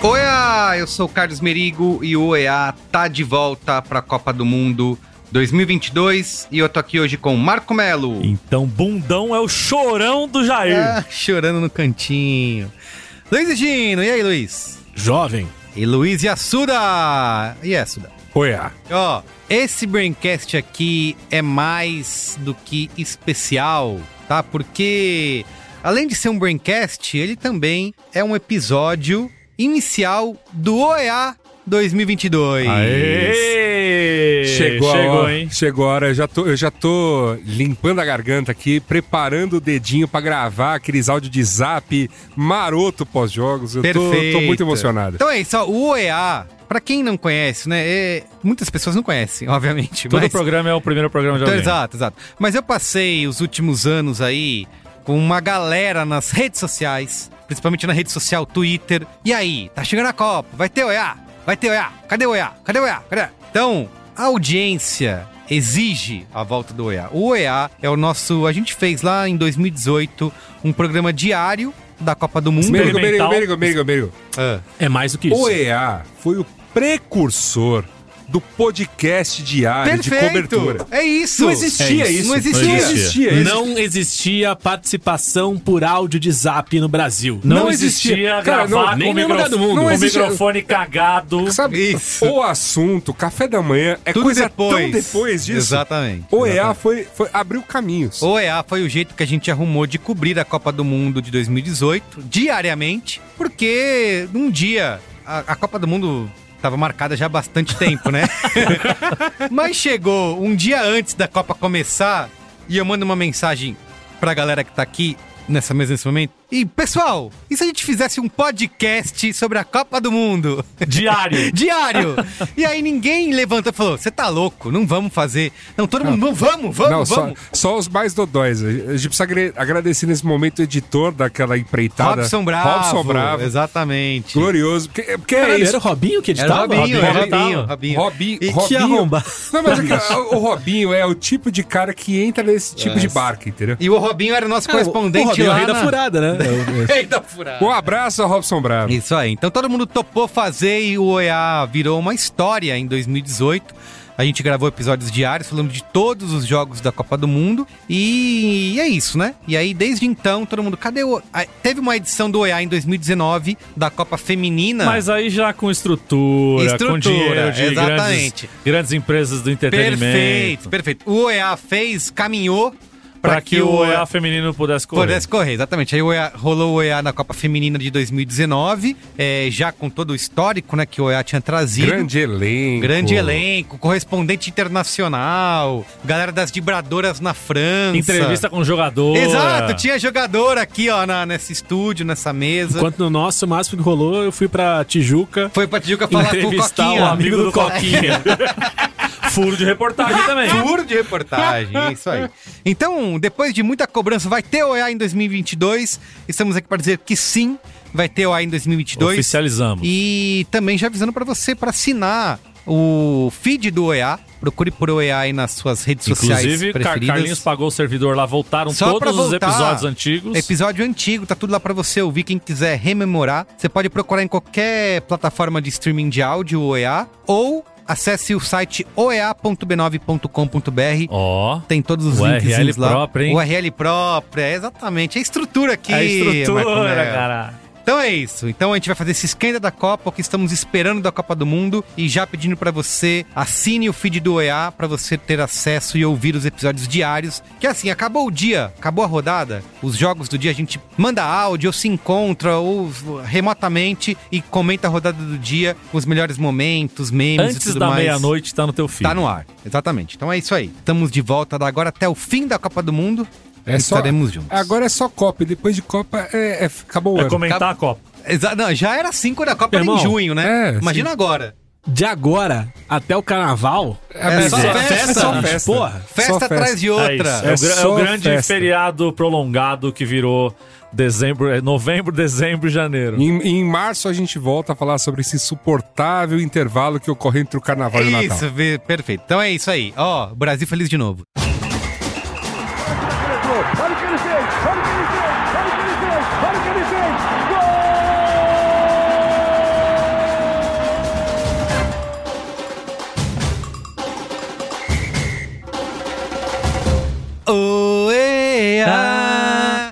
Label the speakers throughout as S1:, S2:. S1: Oiá, ah, eu sou o Carlos Merigo e o OEA tá de volta pra Copa do Mundo 2022 e eu tô aqui hoje com o Marco Melo.
S2: Então, bundão é o chorão do Jair.
S1: Ah, chorando no cantinho. Luiz e Gino, e aí, Luiz?
S2: Jovem.
S1: E Luiz e a Suda! E é, Suda?
S2: Oiá.
S1: Ó, esse Braincast aqui é mais do que especial, tá? Porque além de ser um Braincast, ele também é um episódio inicial do OEA 2022.
S2: Aê!
S3: Chegou, a hora,
S2: hein?
S3: Chegou a hora. Eu já, tô, eu já tô limpando a garganta aqui, preparando o dedinho pra gravar aqueles áudios de zap maroto pós-jogos. Eu tô-
S1: Perfeito.
S3: Tô, muito emocionado.
S1: Então é isso, ó, o OEA, pra quem não conhece, né? é- muitas pessoas não conhecem, obviamente.
S2: Todo
S1: mas...
S2: programa é o primeiro programa de
S1: Então,
S2: alguém.
S1: exato, exato. Mas eu passei os últimos anos aí com uma galera nas redes sociais, principalmente na rede social Twitter. E aí, tá chegando a Copa, vai ter OEA, vai ter OEA, cadê o OEA, cadê o OEA, cadê? o OEA? Então, a audiência exige a volta do OEA. O OEA é o nosso, a gente fez lá em 2018 um programa diário da Copa do Mundo.
S3: Merigo, Merigo,
S2: experimental.
S3: Merigo, Merigo, Merigo.
S1: Ah,
S2: É mais do que isso.
S3: OEA foi o precursor do podcast diário Ah, de cobertura.
S1: É isso.
S3: Não existia
S2: É
S3: isso.
S1: Não existia.
S3: Não existia isso.
S4: Não existia participação por áudio de zap no Brasil.
S2: Não,
S3: não
S2: existia,
S3: existia. Cara,
S2: gravar
S3: não-
S2: com,
S3: nem em nenhum
S2: micro-
S3: lugar do mundo.
S2: com
S3: Não existia.
S2: microfone cagado.
S3: Sabe,
S1: Isso.
S3: o assunto, café da manhã, é
S1: Tudo
S3: coisa tão
S1: depois.
S3: depois disso.
S1: Exatamente,
S3: OEA
S1: exatamente.
S3: foi, foi, abriu caminhos.
S1: OEA ah, foi o jeito que a gente arrumou de cobrir a Copa do Mundo de 2018 diariamente, porque um dia a, a Copa do Mundo estava marcada já há bastante tempo, né? Mas chegou um dia antes da Copa começar e eu mando uma mensagem pra galera que tá aqui nessa mesa nesse momento. E pessoal, e se a gente fizesse um podcast sobre a Copa do Mundo?
S2: Diário.
S1: Diário! E aí ninguém levantou e falou: Você tá louco, não vamos fazer. Não, todo mundo, não, vamos, vamos,
S3: não, só,
S1: vamos.
S3: só os mais dodóis. A gente precisa agre- agradecer nesse momento o editor daquela empreitada.
S1: Robson Bravo.
S3: Robson Bravo.
S1: Exatamente.
S3: Glorioso. Porque, porque é
S4: Caralho, era
S3: isso.
S4: o Robinho que
S1: Era o
S4: editava?
S1: Robinho,
S2: Robinho
S1: era o
S2: tava.
S1: Robinho, Robinho.
S3: Robinho.
S1: E-
S4: Que
S3: Robinho.
S4: arrombado.
S3: Não, mas é que o o Robinho é o tipo de cara que entra nesse tipo
S1: É.
S3: de barco, entendeu?
S1: E o Robinho era o nosso correspondente
S4: o Robinho é o
S1: lá
S4: rei da
S1: na-
S4: furada, né?
S1: Rei da furada.
S3: Um abraço ao Robson Bravo.
S1: Isso aí. Então todo mundo topou fazer e o OEA virou uma história em 2018. A gente gravou episódios diários falando de todos os jogos da Copa do Mundo. E é isso, né? E aí, desde então, todo mundo. Cadê o. Ah, Teve uma edição do OEA em 2019 da Copa Feminina.
S2: Mas aí já com estrutura, com
S1: Estrutura,
S2: dinheiro de
S1: exatamente.
S2: grandes, grandes empresas do entretenimento.
S1: perfeito, perfeito. O OEA fez, caminhou
S2: Para que o OEA feminino pudesse correr.
S1: Pudesse correr, exatamente. Aí o OEA, rolou o OEA na Copa Feminina de 2019, é, já com todo o histórico né, que o OEA tinha trazido.
S3: Grande elenco.
S1: Grande elenco, correspondente internacional, galera das vibradoras na França.
S2: Entrevista com o jogador.
S1: Exato, tinha jogador aqui, ó, na, nesse estúdio, nessa mesa.
S4: Enquanto no nosso, o máximo que rolou, eu fui pra Tijuca
S1: Foi pra Tijuca falar com o
S2: Entrevistar o
S1: Coquinha.
S2: amigo do Coquinha. Furo de reportagem também.
S1: Furo de reportagem, é isso aí. Então, depois de muita cobrança, vai ter OEA em 2022. Estamos aqui para dizer que sim, vai ter OEA em 2022.
S2: Oficializamos.
S1: E também já avisando para você para assinar o feed do OEA. Procure por OEA aí nas suas redes
S2: Inclusive,
S1: sociais
S2: Car-
S1: preferidas.
S2: Carlinhos pagou o servidor lá, voltaram
S1: Só pra
S2: todos os
S1: voltar.
S2: episódios antigos.
S1: Episódio antigo, tá tudo lá pra você ouvir. Quem quiser rememorar, você pode procurar em qualquer plataforma de streaming de áudio, OEA, ou acesse o site oea.b9.com.br.
S2: Ó.
S1: Tem todos os
S2: URL
S1: links lá.
S2: próprio, hein?
S1: URL própria, exatamente. É a estrutura aqui.
S2: É a estrutura,
S1: Marco Melo.
S2: cara.
S1: Então é isso. Então a gente vai fazer esse esquenta da Copa, o que estamos esperando da Copa do Mundo e já pedindo pra você assine o feed do OEA pra você ter acesso e ouvir os episódios diários. Que assim, acabou o dia, acabou a rodada, os jogos do dia a gente manda áudio ou se encontra ou remotamente e comenta a rodada do dia, os melhores momentos, memes e
S2: Antes
S1: tudo
S2: da
S1: mais.
S2: meia-noite tá no teu filho.
S1: Tá no ar, exatamente. Então é isso aí. Estamos de volta da agora até o fim da Copa do Mundo.
S3: É só-
S1: Estaremos juntos.
S3: Agora é só Copa. e Depois de Copa, é, é- acabou o
S2: É
S3: ano.
S2: comentar
S1: Tá-
S2: a Copa.
S1: Exa- não, já era assim quando a Copa era em
S4: Irmão,
S1: junho, né?
S3: é,
S1: Imagina agora.
S4: De agora até o carnaval.
S1: É só
S3: bizarro.
S1: festa,
S3: É só
S4: bicho,
S3: festa.
S4: porra.
S1: Festa
S3: Só
S1: atrás de
S2: É,
S1: outra.
S2: isso. É,
S3: É
S2: o gra- é
S3: só
S2: o grande
S3: festa.
S2: feriado prolongado que virou dezembro, é novembro, dezembro e janeiro.
S3: Em, em março a gente volta a falar sobre esse insuportável intervalo que ocorre entre o carnaval e o Natal.
S1: É Isso, vê- perfeito. Então é isso aí. Ó, Brasil feliz de novo. Oê, ah.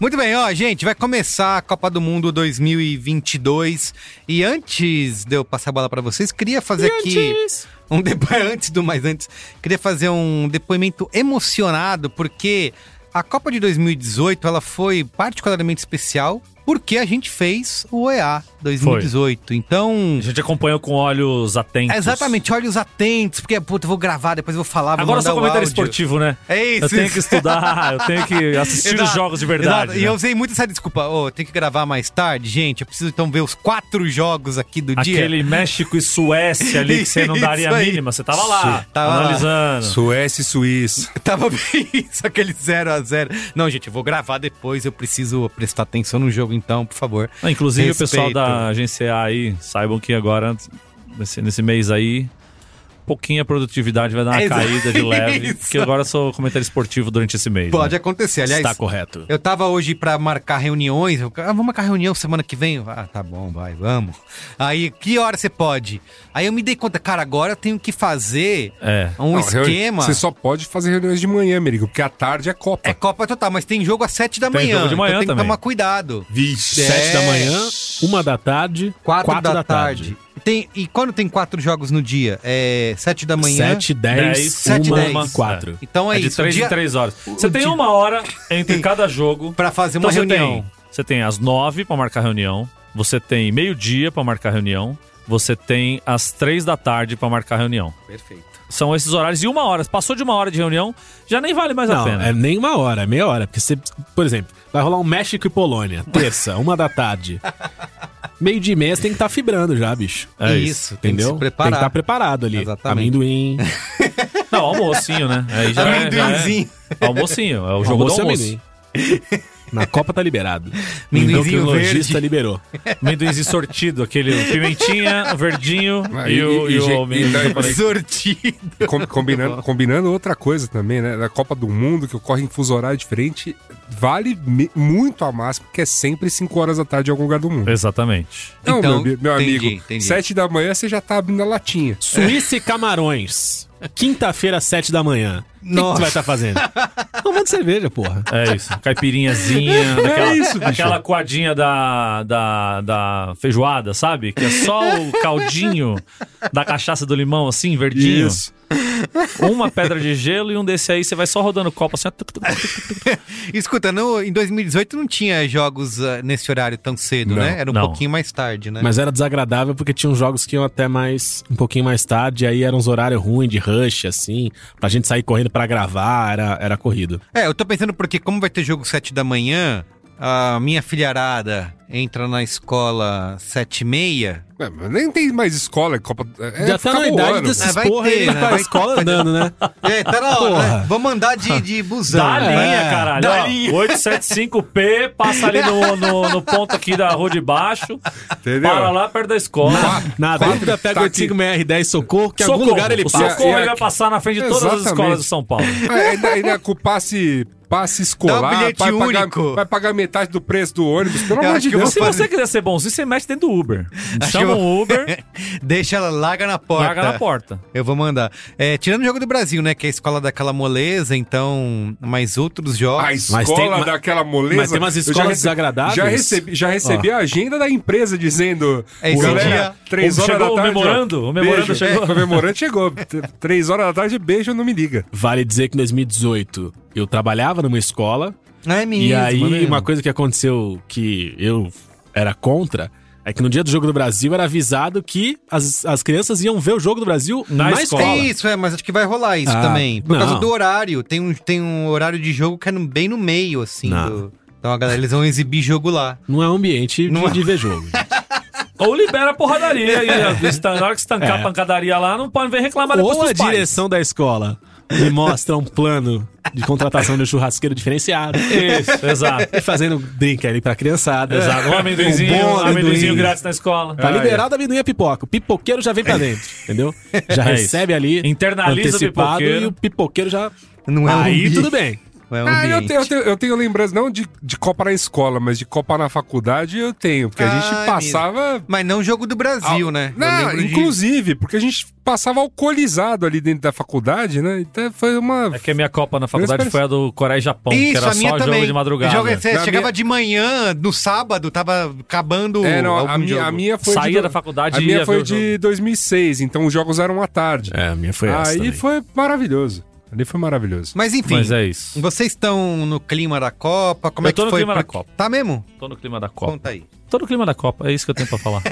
S1: Muito bem, ó, gente, vai começar a Copa do Mundo 2022. E antes de eu passar a bola pra vocês, queria fazer aqui um depo... antes do mais antes, queria fazer um depoimento emocionado porque a Copa de 2018, ela foi particularmente especial porque a gente fez o EA 2018. Então,
S2: A gente acompanhou com olhos atentos.
S1: É exatamente, olhos atentos, porque puta, eu vou gravar, depois eu vou falar, vou
S2: Agora eu
S1: mandar
S2: sou
S1: o
S2: comentário
S1: áudio.
S2: esportivo, né?
S1: É isso.
S2: Eu tenho
S1: isso.
S2: que estudar, eu tenho que assistir os
S1: Exato,
S2: jogos de
S1: exato.
S2: verdade.
S1: E
S2: né?
S1: eu usei muito essa desculpa. Ô, tem que gravar mais tarde, gente. Eu preciso então ver os quatro jogos aqui do dia.
S2: Aquele México e Suécia ali que você não daria
S1: Isso
S2: a
S1: aí.
S2: mínima. Você tava lá,
S1: Sim, tava lá.
S2: analisando.
S3: Suécia e Suíça.
S1: Tava bem isso, aquele 0 a 0 Não, gente, eu vou gravar depois. Eu preciso prestar atenção no jogo, então, por favor.
S2: Não, Ah, Inclusive o pessoal
S1: Respeito.
S2: da agência EA aí, saibam que agora, nesse, nesse mês aí, pouquinha produtividade vai dar uma
S1: É
S2: caída de leve,
S1: isso.
S2: porque agora eu sou comentário esportivo durante esse mês.
S1: Pode
S2: né?
S1: acontecer. Aliás,
S2: Está correto.
S1: Eu tava hoje pra marcar reuniões. Eu, ah, vamos marcar reunião semana que vem? Ah, tá bom, vai, vamos. Aí, que hora você pode? Aí eu me dei conta, cara, agora eu tenho que fazer
S2: É.
S1: um
S3: Não, reuni-
S1: esquema.
S3: Você só pode fazer reuniões de manhã, Merigo, porque à tarde é Copa.
S1: É Copa total, mas tem jogo às 7 da
S2: Tem
S1: manhã.
S2: jogo de manhã
S1: então tem que
S2: também.
S1: tomar cuidado.
S3: Vixe.
S4: Sete
S1: É.
S4: da manhã, uma da tarde,
S1: Quatro
S4: quatro,
S1: da, tarde. Tem, e quando tem quatro jogos no dia? É sete da manhã.
S4: Sete, dez,
S2: Dez, sete,
S4: uma
S1: dez.
S4: e quatro.
S1: Então é,
S2: É de
S1: isso. o
S2: 3 em
S1: dia
S2: 3 horas. Você tem uma hora entre cada jogo.
S1: Pra fazer uma
S2: Então você
S1: reunião.
S2: Tem, você tem às 9 pra marcar reunião. Você tem meio-dia pra marcar reunião. Você tem às 3 da tarde pra marcar reunião.
S1: Perfeito.
S2: São esses horários. E uma hora. Passou de uma hora de reunião, já nem vale mais a
S4: Não,
S2: pena.
S4: é nem uma hora, é meia hora. Porque você, por exemplo, vai rolar um México e Polônia, terça, uma da tarde. Meio de meia, você tem que estar fibrando já, bicho.
S2: É
S1: isso, tem que
S4: Entendeu? tá
S1: se preparar.
S4: estar preparado ali.
S1: Exatamente.
S4: Amendoim.
S2: É Não, almocinho, né? Aí já é- já
S1: Amendoinzinho.
S2: É, almocinho, é o jogo
S4: Almoço
S2: do
S4: é
S2: almoço.
S4: amendoim. Na Copa tá liberado.
S1: Amendoinzinho
S4: Então que o lojista
S1: verde.
S4: liberou.
S2: Amendoinzinho sortido, aquele pimentinha, o verdinho
S3: Ah,
S2: e,
S3: e-
S2: o,
S3: e-
S2: e
S3: e-
S2: o amendoim
S3: e-
S2: japonês.
S1: Sortido.
S3: Com- combinando, combinando outra coisa também, né? Da Copa do Mundo, que ocorre em fuso horário diferente, vale me- muito a mais, porque é sempre 5 horas da tarde em algum lugar do mundo.
S2: Exatamente.
S3: Não,
S1: Então,
S3: meu, meu
S1: entendi,
S3: amigo,
S1: entendi.
S3: 7 da manhã você já tá abrindo a latinha.
S4: Suíça e Camarões. Quinta-feira, sete da manhã. O que que
S1: Nossa.
S4: tu vai estar fazendo? Tomando cerveja, porra.
S2: É isso. Caipirinhazinha, daquela,
S3: isso, bicho.
S2: aquela coadinha da, da, da feijoada, sabe? Que é só o caldinho da cachaça do limão, assim, verdinho. Uma pedra de gelo e um desse aí, você vai só rodando o copo assim. ó, tuc, tuc, tuc.
S1: Escuta, no, em 2018 não tinha jogos ah, nesse horário tão cedo,
S3: Não,
S1: né? Era um
S2: não.
S1: pouquinho mais tarde, né?
S4: É. Mas era desagradável porque tinha uns jogos que iam até mais um pouquinho mais tarde, aí eram uns horários ruins de rush, assim, pra gente sair correndo pra gravar, era, era corrido.
S1: É, eu tô pensando porque como vai ter jogo 7 da manhã, a minha filharada entra na escola 7 e meia.
S3: É, mas nem tem mais escola, é Copa. É,
S4: Já tá na
S3: acabou o
S4: idade
S3: ano,
S4: desses
S1: Ah, vai
S4: porra
S1: ter,
S4: aí
S1: né?
S4: indo pra
S1: Vai-
S4: escola andando, né?
S1: É, tá na hora,
S4: Porra.
S1: né? Vamos andar de, de busão.
S2: Dá a
S1: né?
S2: linha, caralho.
S1: Dá
S2: ó.
S1: linha.
S2: 875P, passa ali no, no, no ponto aqui da rua de baixo,
S3: Entendeu?
S2: para lá perto da escola.
S4: Na
S3: Quatro
S4: dúvida, pega o
S3: tá aqui.
S4: 85MR10 Socorro, que em algum
S2: Socorro.
S4: lugar ele
S2: o
S4: passa.
S2: Socorro
S3: E a-
S2: ele vai passar na frente de todas as
S3: Exatamente.
S2: escolas de São Paulo.
S3: É, ainda, ainda com passe, passe
S1: Dá um
S3: escolar,
S1: bilhete
S3: vai,
S1: único.
S3: Pagar, vai pagar metade do preço do ônibus. Pelo amor
S1: acho
S3: de
S1: que eu
S3: Deus,
S2: Se
S1: fazer-
S2: você quiser ser bonzinho, você mexe dentro do Uber.
S1: Acho que
S2: Chama
S1: eu-
S2: um Uber,
S1: Deixa ela, larga na porta.
S2: larga na porta.
S1: Eu vou mandar. É, tirando o jogo do Brasil, né? Que é a escola daquela moleza, então. Mas outros jogos.
S3: A escola
S4: tem- mas-
S3: daquela moleza.
S4: mas tem umas
S3: eu já
S4: escolas
S3: recebi-
S4: desagradáveis.
S3: Já recebi, já recebi a agenda da empresa dizendo.
S1: É esse dia.
S3: Três
S2: O-
S3: horas
S2: chegou
S3: da
S2: o
S3: tarde. ó,
S2: memorando? O memorando
S3: beijo.
S2: chegou?
S3: É, o memorando chegou. T- Três horas da tarde, beijo, não me liga.
S4: Vale dizer que em 2018 eu trabalhava numa escola,
S1: Não é mesmo.
S4: E aí,
S1: né?
S4: uma coisa que aconteceu que eu era contra É que no dia do Jogo do Brasil era avisado que as, as crianças iam ver o Jogo do Brasil na,
S2: Na
S4: escola.
S2: escola.
S1: Tem isso, é, mas acho que vai rolar isso
S4: Ah,
S1: também. Por causa
S4: não.
S1: do horário. Tem um, tem um horário de jogo que é no- bem no meio, assim.
S4: Não.
S1: do- Então a galera, eles vão exibir jogo lá.
S4: Não é um ambiente de,
S1: Não é.
S4: de ver jogo. gente.
S2: Ou libera a porradaria. E às vezes, na hora que estancar
S4: É.
S2: a pancadaria lá, não pode vir reclamar depois
S4: Ou a
S2: dos pais.
S4: direção da escola me mostra um plano de contratação de um churrasqueiro diferenciado.
S2: Isso, exato.
S4: E fazendo drink ali pra criançada.
S2: Exato. Um amendoinzinho,
S4: Um bom
S2: um amendoinzinho
S4: amendoim.
S2: grátis na escola.
S4: Tá
S3: Ah,
S4: liberado a amendoim e a pipoca. O pipoqueiro já vem pra dentro, entendeu? Já
S2: É
S4: recebe ali.
S2: Internaliza o
S4: antecipado
S2: pipoqueiro.
S4: E o pipoqueiro já.
S1: Não é um
S4: Aí
S1: ambiente.
S4: tudo bem.
S1: Não é um
S3: Ah, eu
S1: ambiente.
S3: tenho, eu, tenho, eu tenho lembrança, não de, de Copa na escola, mas de Copa na faculdade eu tenho, porque a
S1: Ah, é
S3: gente passava.
S1: Mas não jogo do Brasil,
S3: Al-
S1: né? Eu
S3: Não,
S1: lembro de-
S3: inclusive, porque a gente passava alcoolizado ali dentro da faculdade, né? Então foi uma.
S2: É que a minha Copa na faculdade
S3: Eles
S2: foi a do Coreia e Japão, que
S1: Isso,
S2: era
S1: a minha
S2: só
S1: também.
S2: jogo de madrugada.
S1: Jogo- você
S3: Na
S1: chegava
S3: minha-
S1: de manhã, no sábado, tava acabando
S3: É, não, a,
S1: algum
S3: minha,
S1: jogo.
S3: a minha foi.
S2: Saía
S3: de, do-
S2: da faculdade
S3: A
S2: e
S3: minha
S2: ia ver
S3: foi
S2: o jogo.
S3: de 2006, então os jogos eram à tarde.
S4: É, a minha foi essa.
S3: Aí
S4: também.
S3: foi maravilhoso. Ali foi maravilhoso.
S1: Mas enfim,
S2: Mas é isso.
S1: vocês estão no clima da Copa? Como
S2: Eu
S1: é que
S2: tô no
S1: foi
S2: clima
S1: pra-
S2: da Copa.
S1: Tá mesmo?
S2: Tô no clima da Copa.
S1: Conta aí.
S2: Tô no clima da Copa, é isso que eu tenho pra falar.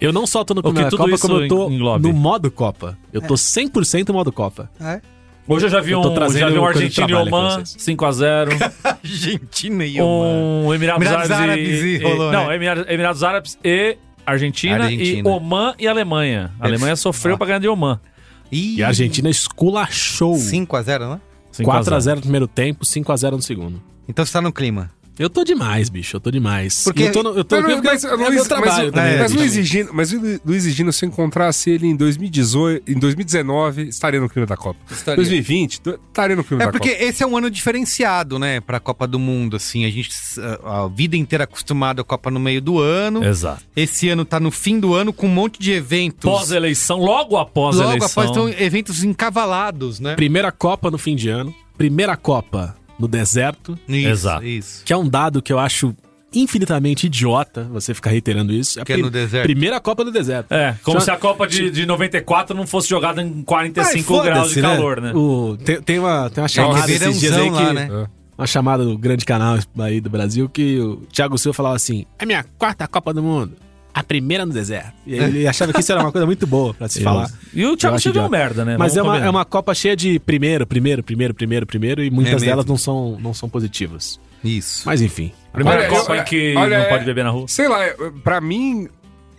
S4: Eu não só tô no
S2: que
S4: clima da
S2: tudo
S4: Copa,
S2: isso
S4: como eu tô
S2: englobe.
S4: no modo Copa. Eu tô 100% modo Copa.
S1: É?
S2: Hoje eu já vi
S4: Eu
S2: um,
S4: tô trazendo
S2: já vi um
S4: coisa de
S2: Argentina e
S4: trabalho aqui pra
S2: Oman,
S4: vocês.
S2: 5x0.
S1: Argentina e Oman.
S2: um Emirados,
S1: Emirados
S2: Árabes,
S1: Árabes e-
S2: e,
S1: rolou,
S2: não,
S1: né?
S2: Emira- Emirados Árabes e Argentina,
S1: Argentina.
S2: e Oman e Alemanha. A Alemanha
S4: Ah.
S2: sofreu pra ganhar de Oman.
S1: Ih,
S4: E a Argentina esculachou.
S1: 5x0, né?
S2: 5 a 0.
S4: 4x0 no primeiro tempo, 5x0 no segundo.
S1: Então você tá no clima.
S4: Eu tô demais, bicho. Eu tô demais.
S1: Porque-
S4: eu tô no, eu tô
S3: Mas,
S4: eu-
S3: mas,
S4: é meu
S3: Luiz- mas,
S4: trabalho
S3: o-
S4: também,
S3: mas
S2: né,
S4: bicho.
S3: Luiz Egino, mas o Lu- Luiz Egino, se eu encontrasse ele em 2018, em 2019, estaria no clima da Copa.
S1: Estaria.
S3: 2020, do- estaria no clima
S1: É
S3: da
S1: porque
S3: Copa.
S1: esse é um ano diferenciado, né, pra Copa do Mundo, assim, a gente a a vida inteira acostumado à Copa no meio do ano.
S2: Exato.
S1: Esse ano tá no fim do ano com um monte de eventos.
S2: Pós-eleição, logo após a
S1: Logo
S2: eleição.
S1: após
S4: então,
S1: estão eventos encavalados, né?
S4: Primeira Copa no fim de ano. Primeira Copa no deserto.
S1: Isso,
S2: Exato.
S1: isso.
S4: Que é um dado que eu acho infinitamente idiota você ficar reiterando isso. É a
S1: Que é no deserto.
S4: Primeira Copa no deserto.
S2: É, como
S4: Já-
S2: se a Copa de, de 94 não fosse jogada em
S4: Ai,
S2: 45
S4: foda-se,
S2: graus de calor, né?
S4: O- tem, tem uma, tem uma chamada
S1: verãozão
S4: esses dias aí que...
S1: É um lá, né?
S3: É.
S4: Uma chamada do grande canal aí do Brasil que o Thiago Silva falava assim, é minha quarta Copa do Mundo, a primeira no deserto. E ele achava que isso era uma coisa muito boa pra se falar.
S2: E o Thiago
S4: acho
S2: Silva é um
S4: idiota.
S2: merda, né?
S4: Mas
S2: Vamos
S4: é uma,
S2: combinar.
S4: é uma Copa cheia de primeiro, primeiro, primeiro, primeiro, primeiro, e
S3: É
S4: muitas
S1: mesmo.
S4: delas não são, não são positivas.
S1: Isso.
S4: Mas enfim.
S2: Primeira
S3: Olha,
S2: Copa
S3: olha,
S2: em que
S3: olha,
S2: não
S3: é-
S2: pode beber na rua.
S3: Sei lá, pra mim,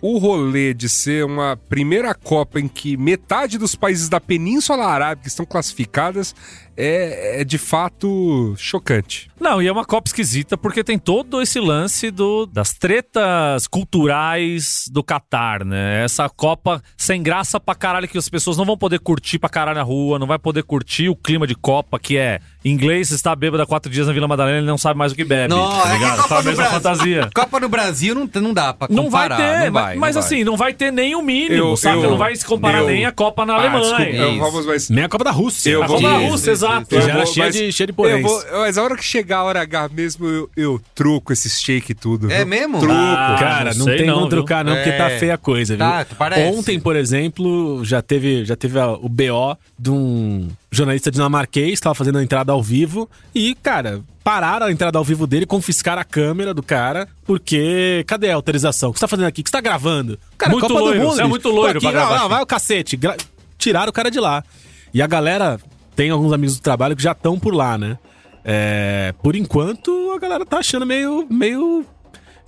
S3: o rolê de ser uma primeira Copa em que metade dos países da Península Arábica estão classificadas é, é de fato chocante.
S2: Não, e é uma Copa esquisita porque tem todo esse lance do, das tretas culturais do Catar, né? Essa Copa sem graça pra caralho que as pessoas não vão poder curtir pra caralho na rua, não vai poder curtir o clima de Copa, que é inglês está bêbado há quatro dias na Vila Madalena ele não sabe mais o que bebe.
S1: Não,
S2: tá
S1: é
S2: ligado?
S1: Copa
S2: Só a
S1: do
S2: mesma
S1: Brasil.
S2: fantasia.
S1: Copa do Brasil não, não dá pra
S2: Não vai
S1: comparar.
S2: ter,
S1: não vai,
S2: mas
S1: não vai.
S2: assim, não vai ter nem o mínimo,
S3: Eu-
S2: sabe?
S3: eu-
S2: não vai se comparar
S3: eu-
S2: nem a Copa na
S3: Ah,
S2: Alemanha.
S3: desculpa, eu-
S1: Isso.
S3: vamos, mas
S4: Nem a Copa da Rússia.
S3: Eu
S2: a
S3: vou-
S2: Copa da
S3: Isso,
S2: Rússia, exato. é.
S4: Eu
S3: Eu
S4: já era
S3: vou-
S4: cheia
S3: mas
S4: de, cheia de
S3: Eu
S4: poréns.
S3: vou, mas a hora que chegar a hora H mesmo, eu, eu truco esse shake e tudo.
S1: É
S3: viu?
S1: mesmo?
S3: Truco.
S2: Ah,
S4: Cara,
S2: não
S4: não,
S2: sei
S4: tem
S2: não,
S4: como
S2: viu?
S4: trocar não, porque tá
S1: É.
S4: feia a coisa, viu?
S1: Tá, parece.
S4: Ontem, por exemplo, já teve, já teve a- o BO de um jornalista dinamarquês que tava fazendo a entrada ao vivo e, cara, pararam a entrada ao vivo dele, confiscaram a câmera do cara, porque cadê a autorização? O que você tá fazendo aqui? O que você tá gravando? Cara,
S2: Muito
S4: Copa
S2: loiro,
S4: do Mundo.
S2: você é
S4: bicho.
S2: muito loiro
S4: Tô aqui,
S2: pra gravar
S4: Não, não,
S2: aqui.
S4: vai o cacete. Gra- Tiraram o cara de lá. E a galera, tem alguns amigos do trabalho que já estão por lá, né? É, por enquanto, a galera tá achando meio, meio